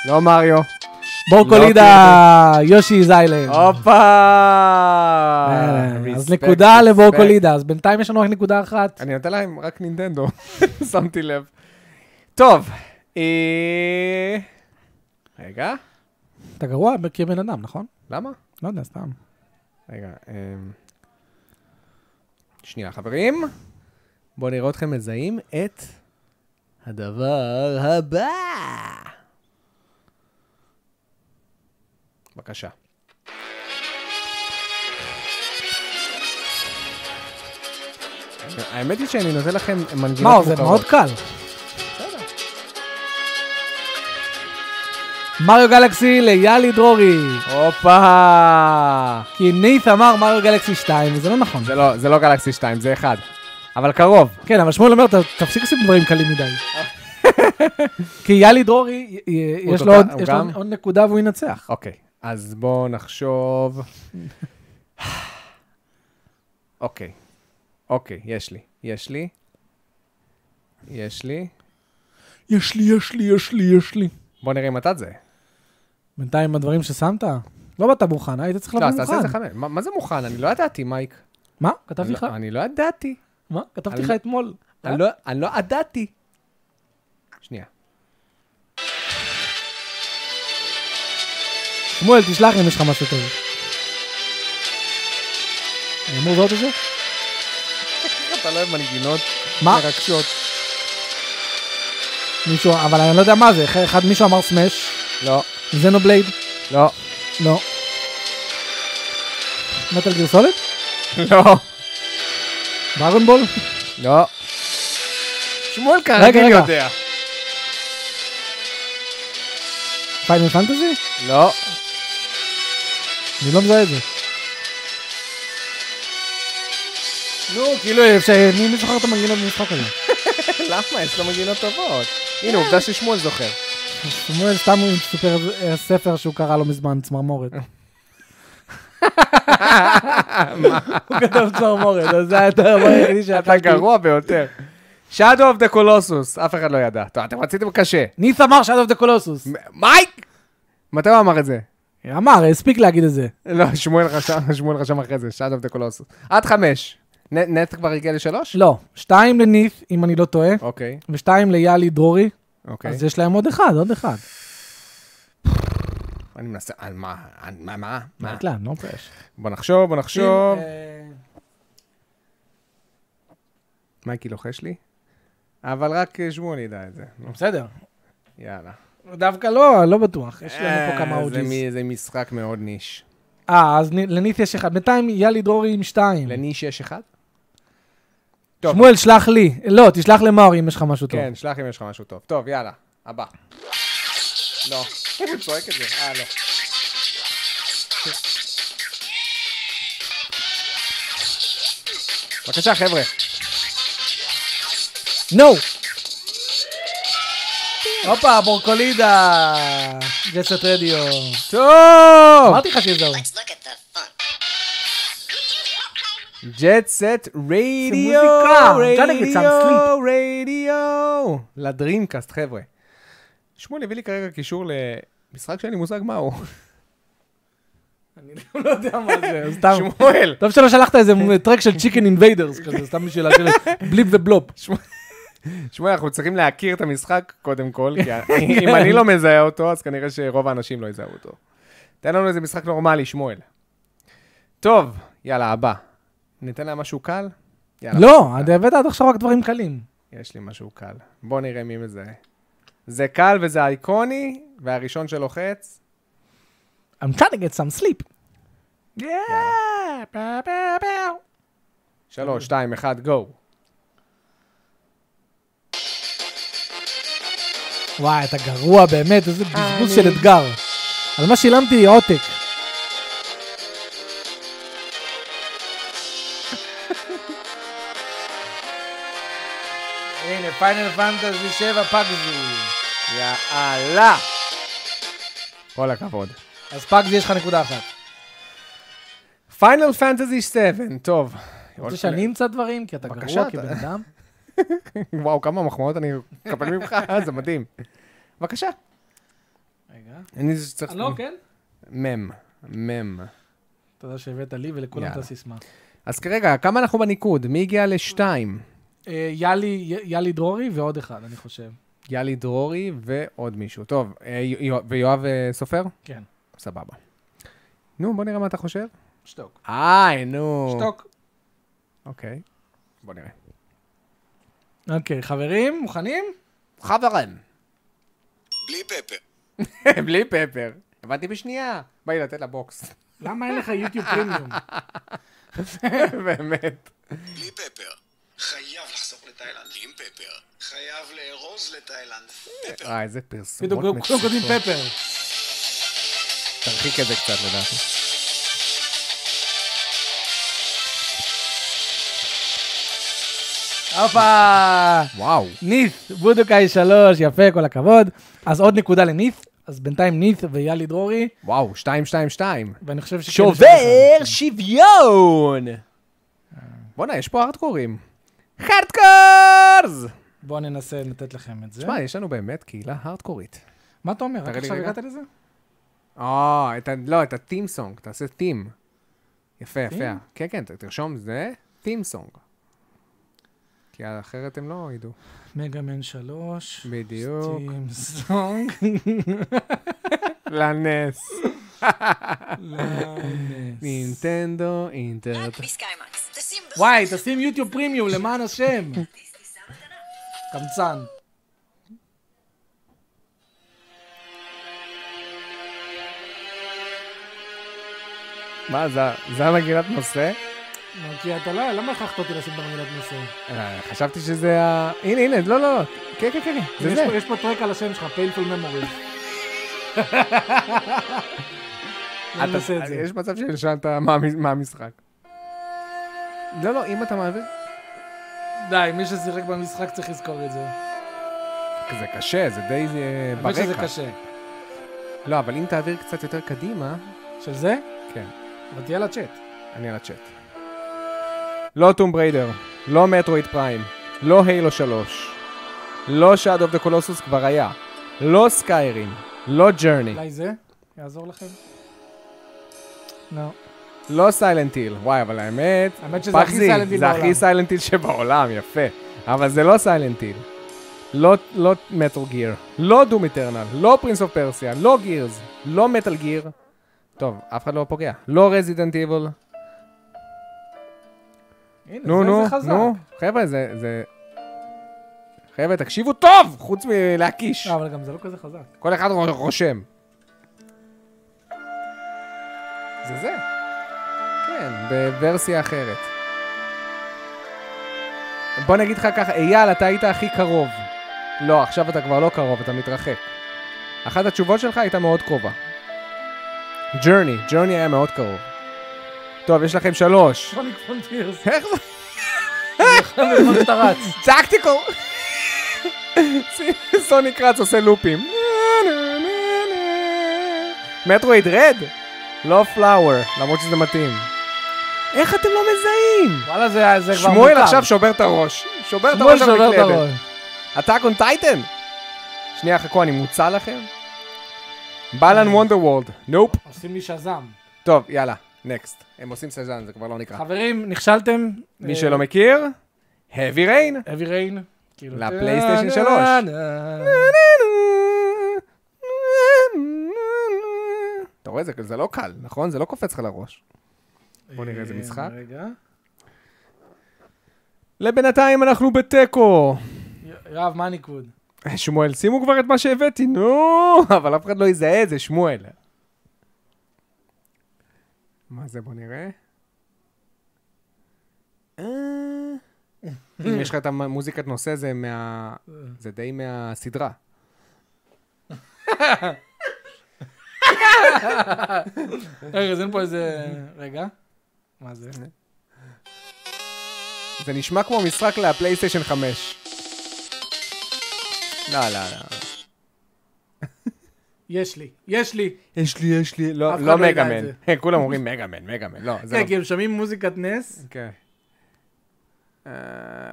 B: לא מריו.
A: בור
B: לא
A: קולידה, יושי זיילנד.
B: הופה!
A: אה, אז
B: Respect,
A: נקודה
B: respect.
A: לבור קולידה, אז בינתיים יש לנו רק נקודה אחת.
B: אני נותן להם רק נינטנדו, שמתי לב. טוב, אה, רגע,
A: אתה גרוע כבן אדם, נכון?
B: למה?
A: לא יודע, סתם.
B: רגע, אמ, שנייה חברים, בואו נראה אתכם מזהים את הדבר הבא. בבקשה. האמת היא שאני נותן לכם מנגינות לא,
A: מה, זה מאוד קל.
B: בסדר,
A: מריו גלקסי ליאלי דרורי.
B: הופה!
A: כי ניף אמר מריו גלקסי 2, וזה לא נכון.
B: זה לא, זה לא גלקסי 2, זה 1. אבל קרוב.
A: כן, אבל שמואל אומר, "ת- תפסיק לעשות דברים קלים מדי. כי יאלי דרורי, י- י-
B: הוא
A: יש לו
B: תודה-
A: עוד-
B: הוא
A: יש לו
B: גם?
A: עוד- עוד נקודה והוא ינצח.
B: אוקיי, אז בואו נחשוב. אוקיי, אוקיי, יש לי, יש לי. יש לי.
A: יש לי, יש לי, יש לי, יש לי.
B: בוא נראה אם אתה זה.
A: בינתיים הדברים ששמת, לא באת מוכן, היית צריך
B: לא,
A: לבוא
B: אז תעשה את זה
A: מוכן.
B: חמש. מה מה זה מוכן? אני לא ידעתי, מייק.
A: מה? כתבתי
B: אני
A: לך? אה?
B: לא- אני לא ידעתי.
A: מה? כתבתי
B: אני-
A: לך אתמול.
B: אני לא- אני לא ידעתי. שנייה.
A: שמואל, תשלח אם יש לך משהו טוב. אני אה, אמור לראות את זה?
B: איך אתה לא אוהב מנגינות
A: מה?
B: מרגשות?
A: מישהו, אבל אני לא יודע מה זה, אחד- אחד מישהו אמר סמש,
B: לא,
A: זנובלייד,
B: לא,
A: לא. מטל גיר סולד?
B: לא,
A: דרגון בול?
B: לא. שמואל
A: רגע,
B: כרגיל
A: רגע.
B: יודע.
A: פיינל פנטזי?
B: לא,
A: אני לא מזהה את זה. נו, כאילו, אפשר, מי מי זוכר את המנגינות במשחק הזה?
B: למה? יש לו מנגינות טובות. הנה,
A: אה.
B: עובדה ששמואל זוכר.
A: שמואל סתם הוא סיפר אה, ספר שהוא קרא לא מזמן, צמרמורת.
B: אה.
A: הוא כתב צמרמורת, אז זה היה הדבר היחידי
B: אתה
A: שאכלתי.
B: גרוע ביותר. Shadow of the Colossus, אף אחד לא ידע. טוב, אתם רציתם קשה.
A: ניס אמר שאדוב דה קולוסוס.
B: מ- מייק! מתי הוא אמר את זה?
A: אמר, הספיק להגיד את זה.
B: לא, שמואל רשם, שמואל רשם אחרי זה, Shadow of the Colossus. עד חמש. נ- נט כבר הגיע לשלוש?
A: לא, שתיים לניף, אם אני לא טועה,
B: אוקיי,
A: ושתיים ליאלי דרורי,
B: אוקיי.
A: אז יש להם עוד אחד, עוד אחד.
B: אני מנסה, על מה? על מה? מה? מה?
A: לאט לאט, לא פרש.
B: בוא נחשוב, בוא נחשוב.
A: אה,
B: מייקי לוחש לי? אבל רק אה, שמואל ידע את זה. נו,
A: בסדר.
B: יאללה.
A: דווקא לא, לא בטוח. יש לנו
B: אה,
A: פה כמה
B: זה
A: אוג'יס.
B: מי- זה משחק מאוד ניש.
A: אה, אז נ- לניף יש אחד. בינתיים יאלי דרורי עם שתיים.
B: לניש יש אחד? טוב.
A: שמואל, שלח לי. לא, תשלח למאור אם יש לך משהו טוב.
B: כן, שלח אם יש לך משהו טוב. טוב, יאללה, הבא. לא, הוא צועק את זה, אה, לא. בבקשה, חבר'ה.
A: נו! הופה, בורקולידה! ג'סט רדיו.
B: טוב!
A: אמרתי לך שיזהו.
C: Let's look at the fun.
B: ג'ט סט רדיו,
A: מוזיקה. אפשר להגיד some
B: רדיו, רדיו. לדרימקאסט, חבר'ה. שמואל הביא לי כרגע קישור למשחק שאין לי מושג מהו.
A: אני לא יודע מה זה, סתם.
B: שמואל!
A: טוב שלא שלחת איזה טרק של צ'יקן אינביידרס כזה, סתם בשביל להשאיר בליפ ובלופ.
B: שמואל, אנחנו צריכים להכיר את המשחק קודם כל, כי אם אני לא מזהה אותו, אז כנראה שרוב האנשים לא יזהו אותו. תן לנו איזה משחק נורמלי, שמואל. טוב, יאללה, הבא. ניתן להם משהו קל? יאללה.
A: לא, אתה הבאת עד עכשיו רק דברים קלים.
B: יש לי משהו קל. בוא נראה מי מזהה. זה קל וזה אייקוני, והראשון שלוחץ...
A: I'm trying to get some sleep.
B: שלוש, שתיים, אחד, גו.
A: וואי, אתה גרוע באמת, איזה בזבוז של אתגר. על מה שילמתי עותק. הנה, פיינל פנטזי 7 פאגזי.
B: יאללה! כל הכבוד.
A: אז פאגזי יש לך נקודה אחת.
B: פיינל פנטזי 7, טוב.
A: רוצה שאני אמצא דברים? כי אתה
B: בבקשה,
A: גרוע
B: אתה-
A: כבן אדם.
B: וואו, כמה מחמאות אני מקבל ממך, אה, זה מדהים. בבקשה.
A: רגע.
B: אני זה שצריך...
A: לא, כן?
B: מם, מם.
A: תודה שהבאת לי ולכולם את
B: יאללה.
A: הסיסמה.
B: אז כרגע, כמה אנחנו בניקוד? מי הגיע לשתיים?
A: אה, יאלי יאלי דרורי ועוד אחד, אני חושב.
B: יאלי דרורי ועוד מישהו. טוב, אה, יו- ויואב אה, סופר?
A: כן.
B: סבבה. נו, בוא נראה מה אתה חושב.
A: שתוק.
B: איי, נו.
A: שתוק.
B: אוקיי. בוא נראה.
A: אוקיי, חברים, מוכנים?
B: חברים.
C: Blee Pepper.
B: בלי פפר. הבנתי בשנייה. בא לי לתת לה בוקס.
A: למה אין לך יוטיוב פרימיום?
B: באמת.
C: Blee Pepper. חייב לחסוך לתאילנד. עם פפר. חייב לארוז לתאילנד. פפר.
B: וואי, אה, איזה פרסומות
A: פתאום כולם כותבים
B: מצחיקות.
A: פפר.
B: תרחיק את זה קצת לדעתי.
A: הופה!
B: וואו.
A: ניף, בודוקאי שלוש, יפה, כל הכבוד. אז עוד נקודה לניף, אז בינתיים ניף ויאלי דרורי,
B: וואו, 222.
A: ואני חושב שכן...
B: שובר שוויון! כן, בואנה, יש פה הארדקורים. הארדקורס!
A: בואו ננסה לתת לכם את זה.
B: תשמע, יש לנו באמת קהילה הארדקורית.
A: מה אתה אומר? רק
B: תראה לי
A: עכשיו
B: רגע.
A: הגעת לזה?
B: אה, את ה... לא, את ה-team song, תעשה team. יפה, יפה.
A: Theme?
B: כן, כן, ת- תרשום זה team song. כי אחרת הם לא ידעו.
A: מגאמן שלוש.
B: בדיוק.
A: סטים סונג.
B: לנס. נינטנדו אינטרט.
A: וואי, תשים יוטיוב פרימיום, למען השם. קמצן.
B: מה, זה- זה המגילת נושא?
A: נו, כי אתה לא, למה הכרחת אותי לשים במילת נושא?
B: אה, חשבתי שזה ה... הנה, הנה, לא, לא. כן, כן, כן, כן, זה
A: יש
B: זה.
A: פה- יש פה טרק על השם שלך, פיילפול ממורי.
B: אתה-
A: אני עושה את זה.
B: יש מצב שנשאלת מה המ- מה המשחק. לא, לא, אם אתה מעביר...
A: די, מי ששיחק במשחק צריך לזכור את זה.
B: זה קשה, זה די אה,
A: האמת שזה
B: ברקע.
A: קשה.
B: לא, אבל אם תעביר קצת יותר קדימה,
A: של זה?
B: כן,
A: אבל תהיה לצ'אט.
B: אני על הצ'אט. לא טום בריידר, לא מטרואיד פריים, לא היילו 3, לא שעד אוף דה קולוסוס כבר היה, לא סקיירים, לא ג'רני,
A: אולי זה יעזור לכם? לא.
B: לא סיילנט היל, וואי, אבל האמת,
A: האמת שזה הכי
B: פחזי,
A: Silent Hill
B: זה הכי
A: בעולם.
B: סיילנט היל שבעולם, יפה, אבל זה לא סיילנט היל. לא, לא מטל גיר, לא דום איטרנל, לא פרינס אוף פרסיה, לא גירס, לא מטל גיר. טוב, אף אחד לא פוגע. לא רזידנט איבל,
A: הנה,
B: נו,
A: זה-
B: נו,
A: זה חזק.
B: נו, חבר'ה, זה, זה... חבר'ה, תקשיבו טוב, חוץ מלהקיש.
A: לא, אבל גם זה לא כזה חזק.
B: כל אחד ר- רושם. זה זה. כן, בוורסיה אחרת. בוא נגיד לך ככה, אייל, אתה היית הכי קרוב. לא, עכשיו אתה כבר לא קרוב, אתה מתרחק. אחת התשובות שלך הייתה מאוד קרובה. ג'רני, ג'רני היה מאוד קרוב. טוב, יש לכם שלוש.
A: סוניק פונטירס.
B: איך זה?
A: בזמן שאתה רץ.
B: טקטיקל! סוניק רץ עושה לופים. מטרואיד רד? לא פלאואר, למרות שזה מתאים. איך אתם לא מזהים?
A: וואלה, זה זה כבר...
B: שמואל
A: מוכר.
B: עכשיו שובר את הראש. שובר את
A: שמואל
B: הראש
A: שובר
B: על
A: את
B: מקלדת.
A: הראש.
B: עתק און טייטן! שנייה, חכו, אני מוצע לכם? בלן
A: אה.
B: וונדר וולד. נופ.
A: עושים לי שזם.
B: טוב, יאללה, נקסט. הם עושים סזן, זה כבר לא נקרא.
A: חברים, נכשלתם.
B: מי שלא מכיר, heavy rain.
A: אבי ריין. כאילו-
B: לפלייסטיישן שלוש.
A: נה, נה, נה.
B: אתה רואה, זה, זה לא קל, נכון? זה לא קופץ לך לראש. בוא נראה
A: אה,
B: איזה משחק.
A: רגע.
B: לבינתיים אנחנו בתיקו. אה,
A: י- יואב, מה הניקוד?
B: שמואל, שימו כבר את מה שהבאתי, נו! אבל אף אחד לא יזהה את זה, שמואל. מה זה, בוא נראה. אה, אם יש לך את המוזיקת נושא, זה מה... זה די מהסדרה.
A: רגע, אז אין פה איזה... רגע. מה זה?
B: אה. זה נשמע כמו משחק לפלייסטיישן 5. לא, לא, לא.
A: יש לי. יש לי.
B: יש לי, יש לי,
A: אף
B: לא,
A: אחד
B: לא
A: לא ידע
B: מגאמן.
A: את
B: כולם אומרים מגאמן, מגאמן, לא, זה
A: כן, כי
B: לא.
A: הם שומעים מוזיקת נס.
B: כן. אה,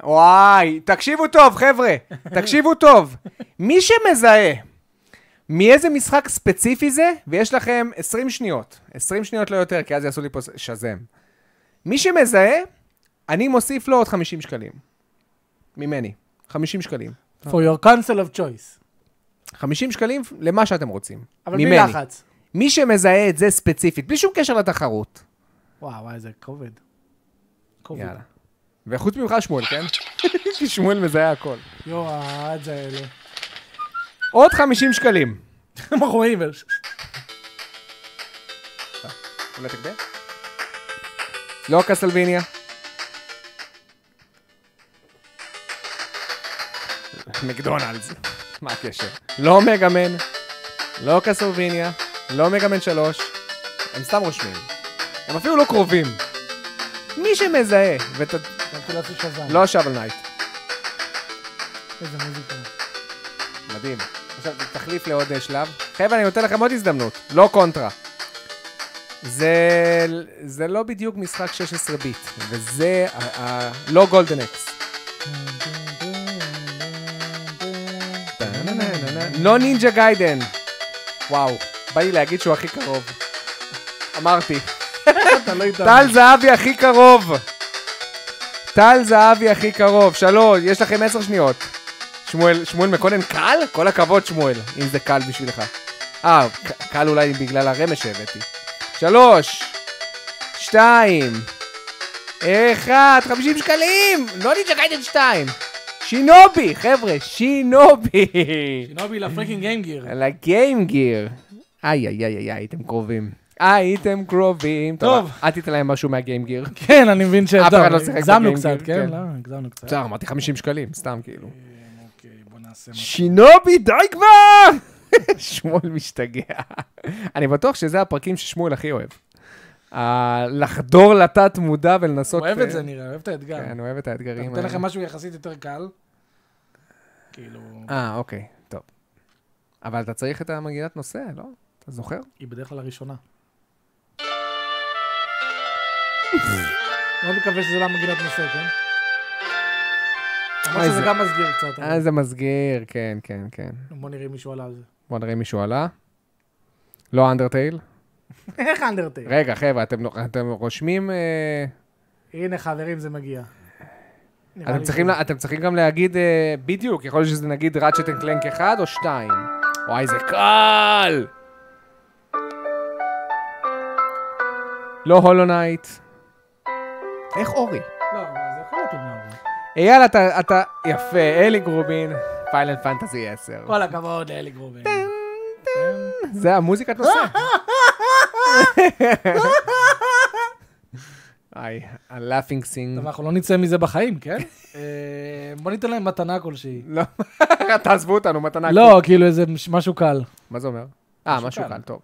B: וואי, תקשיבו טוב, חבר'ה, תקשיבו טוב. מי שמזהה מאיזה משחק ספציפי זה, ויש לכם 20 שניות, 20 שניות לא יותר, כי אז יעשו לי פה שזם. מי שמזהה, אני מוסיף לו עוד 50 שקלים. ממני, 50 שקלים.
A: For your council of choice.
B: 50 שקלים למה שאתם רוצים.
A: אבל בלי
B: ממני.
A: לחץ.
B: מי שמזהה את זה ספציפית, בלי שום קשר לתחרות.
A: וואו, וואי, זה כובד. כובד.
B: יאללה. וחוץ ממך שמואל, כן? כי שמואל מזהה הכל.
A: יואו, העד זה האלה.
B: עוד 50 שקלים.
A: הם רואים. אבל-
B: אולי תגבר? לא קסלביניה. מקדונלדס. מה הקשר? לא מגאמן, לא קסלביניה, לא מגמן 3, הם סתם רושמים. הם אפילו לא קרובים. מי שמזהה, ואתה...
A: רציתי לעשות שזם.
B: לא השאבל נייט.
A: איזה מוזיקה.
B: מדהים. עכשיו, תחליף לעוד אה, שלב. חבר'ה, אני נותן לכם עוד הזדמנות. לא קונטרה. זה, זה לא בדיוק משחק 16 ביט, וזה ה- ה- לא גולדן אקס. לא נינג'ה גיידן. וואו, בא לי להגיד שהוא הכי קרוב. אמרתי.
A: אתה לא איתנו.
B: טל זהבי הכי קרוב. טל זהבי הכי קרוב. שלוש, יש לכם עשר שניות. שמואל, שמואל מקונן קל? כל הכבוד, שמואל, אם זה קל בשבילך. אה, ק- קל אולי בגלל הרמש שהבאתי. שלוש, שתיים, אחד, חמישים שקלים! לא נינג'ה גיידן שתיים. שינובי, חבר'ה, שינובי.
A: שינובי לפרקינג גיימגיר.
B: על הגיים גיר. איי, איי, איי, איי, הייתם קרובים. הייתם קרובים.
A: טוב.
B: אל תיתן להם משהו מהגיים גיר.
A: כן, אני מבין ש...
B: אף אחד
A: טוב,
B: לא שיחק
A: הגזמנו
B: בגיימגיר,
A: קצת, כן?
B: כן.
A: לא, הגזמנו קצת.
B: בסדר, אמרתי 50 שקלים, סתם כאילו.
A: אוקיי, בוא נעשה משהו.
B: שינובי, די כבר! שמואל משתגע. אני בטוח שזה הפרקים ששמואל הכי אוהב. ה- לחדור לתת מודע ולנסות...
A: הוא אוהב את
B: אה,
A: זה, נראה, אוהב את האתגר.
B: כן, הוא אוהב את
A: אתה
B: האתגרים
A: נותן
B: האלה.
A: לכם משהו יחסית יותר קל. כאילו,
B: אה, אוקיי, טוב. אבל אתה צריך את המגינת נושא, לא? אתה זוכר?
A: היא בדרך כלל הראשונה. מאוד מקווה שזה לא מגילת נושא, כן?
B: אוי,
A: למרות שזה
B: זה-
A: גם מסגיר קצת. אבל-
B: אה, זה מסגיר, כן, כן, כן.
A: בוא נראה אם מישהו עלה על זה.
B: בוא נראה אם מישהו עלה. לא אנדרטייל.
A: איך אנדרטייל?
B: רגע, חבר'ה, אתם, לא- אתם רושמים... אה,
A: הנה חברים, זה מגיע. נראה
B: אתם
A: לי לא.
B: צריכים,
A: ש-
B: לה- אתם צריכים גם להגיד אה, בדיוק, יכול להיות שזה נגיד ראצ'ט אנד קלנק אחד או שתיים. וואי, זה קל! לא הולו נייט. איך אורי?
A: לא, אבל זה יכול להיות עם נאור.
B: אייל, אתה, אתה... יפה, אלי גרובין, פיילנד פנטזי 10.
A: כל הכבוד לאלי גרובין.
B: זה המוזיקת נושא. היי, הלאפינג סינג.
A: טוב, אנחנו לא נצא מזה בחיים, כן? אה, בוא ניתן להם מתנה כלשהי.
B: לא, תעזבו אותנו, מתנה.
A: לא, כאילו איזה מש- משהו קל.
B: מה זה אומר? אה, משהו
A: קל. אה,
B: קל, טוב.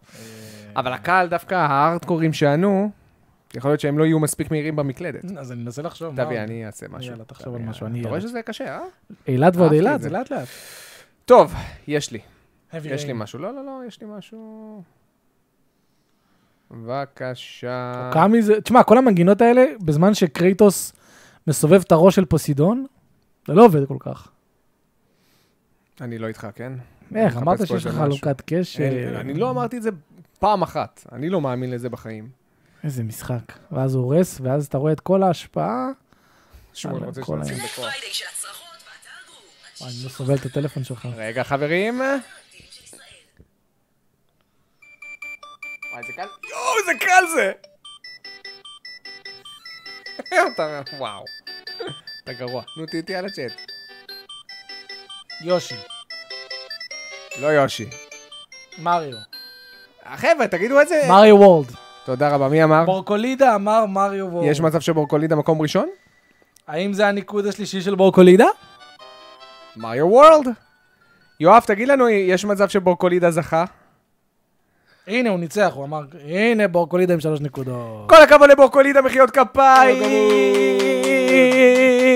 B: אבל הקהל, דווקא הארדקורים שענו, יכול להיות שהם לא יהיו מספיק מהירים במקלדת.
A: אז אני מנסה לחשוב. מה
B: תביא,
A: עוד.
B: אני אעשה משהו.
A: נכון. יאללה, תחשוב על
B: תביא,
A: משהו, אני
B: אתה רואה
A: ילד.
B: שזה קשה, אה?
A: אילת ועוד
B: אהבתי את
A: אילת,
B: זה.
A: זה לאט לאט.
B: טוב, יש לי.
A: Heavy
B: יש לי
A: rain.
B: משהו. לא, לא, לא, יש לי משהו... בבקשה.
A: קאמי זה, תשמע, כל המנגינות האלה, בזמן שקרייטוס מסובב את הראש של פוסידון, זה לא עובד כל כך.
B: אני לא איתך, כן?
A: איך,
B: אני
A: אה, אמרת
B: מחפש פה
A: שיש לך
B: איזה משהו.
A: חלוקת
B: אין,
A: קשר.
B: אני לא אמרתי את זה פעם אחת. אני לא מאמין לזה בחיים.
A: איזה משחק. ואז הוא הורס, ואז אתה רואה את כל ההשפעה.
B: שמואל
A: אה,
B: רוצה
A: כל
B: שנשים
A: היום.
B: בכוח.
A: וואי, אני לא סובל את הטלפון שלך.
B: רגע, חברים. וואי, זה קל? יואו, זה קל זה! אתה... וואו. אתה גרוע. נו, תהיי איתי על הצ'אט.
A: יושי,
B: לא יושי.
A: מריו.
B: חבר'ה, תגידו איזה...
A: מריו וולד.
B: תודה רבה, מי אמר?
A: בורקולידה אמר מריו וולד.
B: יש מצב שבורקולידה מקום ראשון?
A: האם זה הניקוד השלישי של בורקולידה?
B: מריו וורלד. יואב, תגיד לנו, יש מצב שבורקולידה זכה?
A: הנה, הוא ניצח, הוא אמר, הנה בורקולידה עם שלוש נקודות.
B: כל הכבוד לבורקולידה, מחיאות כפיים!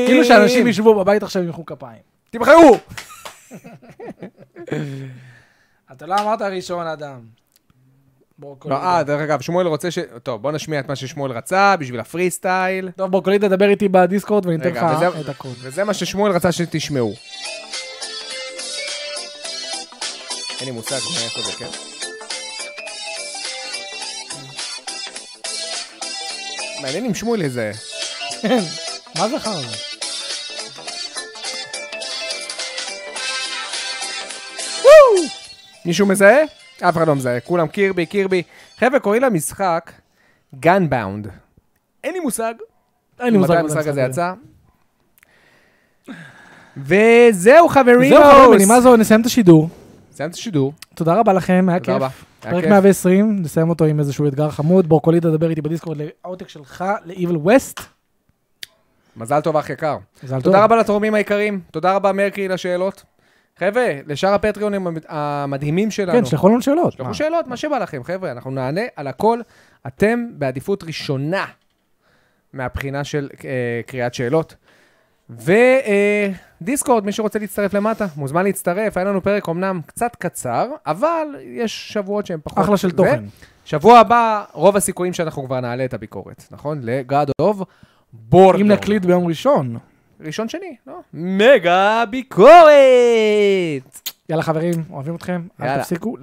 A: כאילו שאנשים ישבו בבית עכשיו וימחאו כפיים.
B: תמחאו!
A: אתה לא אמרת ראשון, אדם.
B: לא,
A: בורקולידה.
B: אה, דרך אגב, שמואל רוצה ש... טוב, בוא נשמיע את מה ששמואל רצה בשביל הפרי סטייל.
A: טוב, בורקולידה, דבר איתי בדיסקורד ואני אתן לך
B: רגע, וזה-
A: את הקוד.
B: וזה מה ששמואל רצה שתשמעו. אין לי מושג מה, איפה זה, כן? מעניין אם שמואל יזהה.
A: מה זה חרא? הזה?
B: וואו! מישהו מזהה? אף אחד לא מזהה, כולם קירבי, קירבי. חבר'ה, קוראים למשחק Gunbound. אין לי מושג
A: אין לי מושג
B: מתי
A: מה זה
B: המשחק הזה
A: הזה.
B: יצא. וזהו חברים,
A: זהו חברים, בנימה זו נסיים את השידור.
B: סיימת את השידור.
A: תודה רבה לכם, היה
B: תודה
A: כיף.
B: רבה. היה
A: פרק
B: כיף.
A: 120, נסיים אותו עם איזשהו אתגר חמוד. בורקולידה, דבר איתי בדיסקורד לעותק שלך, ל-Evil West.
B: מזל טוב אח יקר.
A: מזל טוב.
B: תודה רבה לתורמים היקרים, תודה רבה מרקרי לשאלות. חבר'ה, לשאר הפטריונים המד- המדהימים שלנו.
A: כן, שלחו לנו שאלות. מה?
B: שלחו שאלות, מה שבא לכם, חבר'ה, אנחנו נענה על הכל. אתם בעדיפות ראשונה מהבחינה של אה, קריאת שאלות. ודיסקורד, מי שרוצה להצטרף למטה, מוזמן להצטרף. היה לנו פרק אמנם קצת קצר, אבל יש שבועות שהם פחות.
A: אחלה של תוכן.
B: שבוע הבא, רוב הסיכויים שאנחנו כבר נעלה את הביקורת, נכון? ל-God of Border.
A: אם נקליט ביום ראשון.
B: ראשון שני, לא? מגה ביקורת!
A: יאללה חברים, אוהבים אתכם, אל
B: יאללה.
A: תפסיקו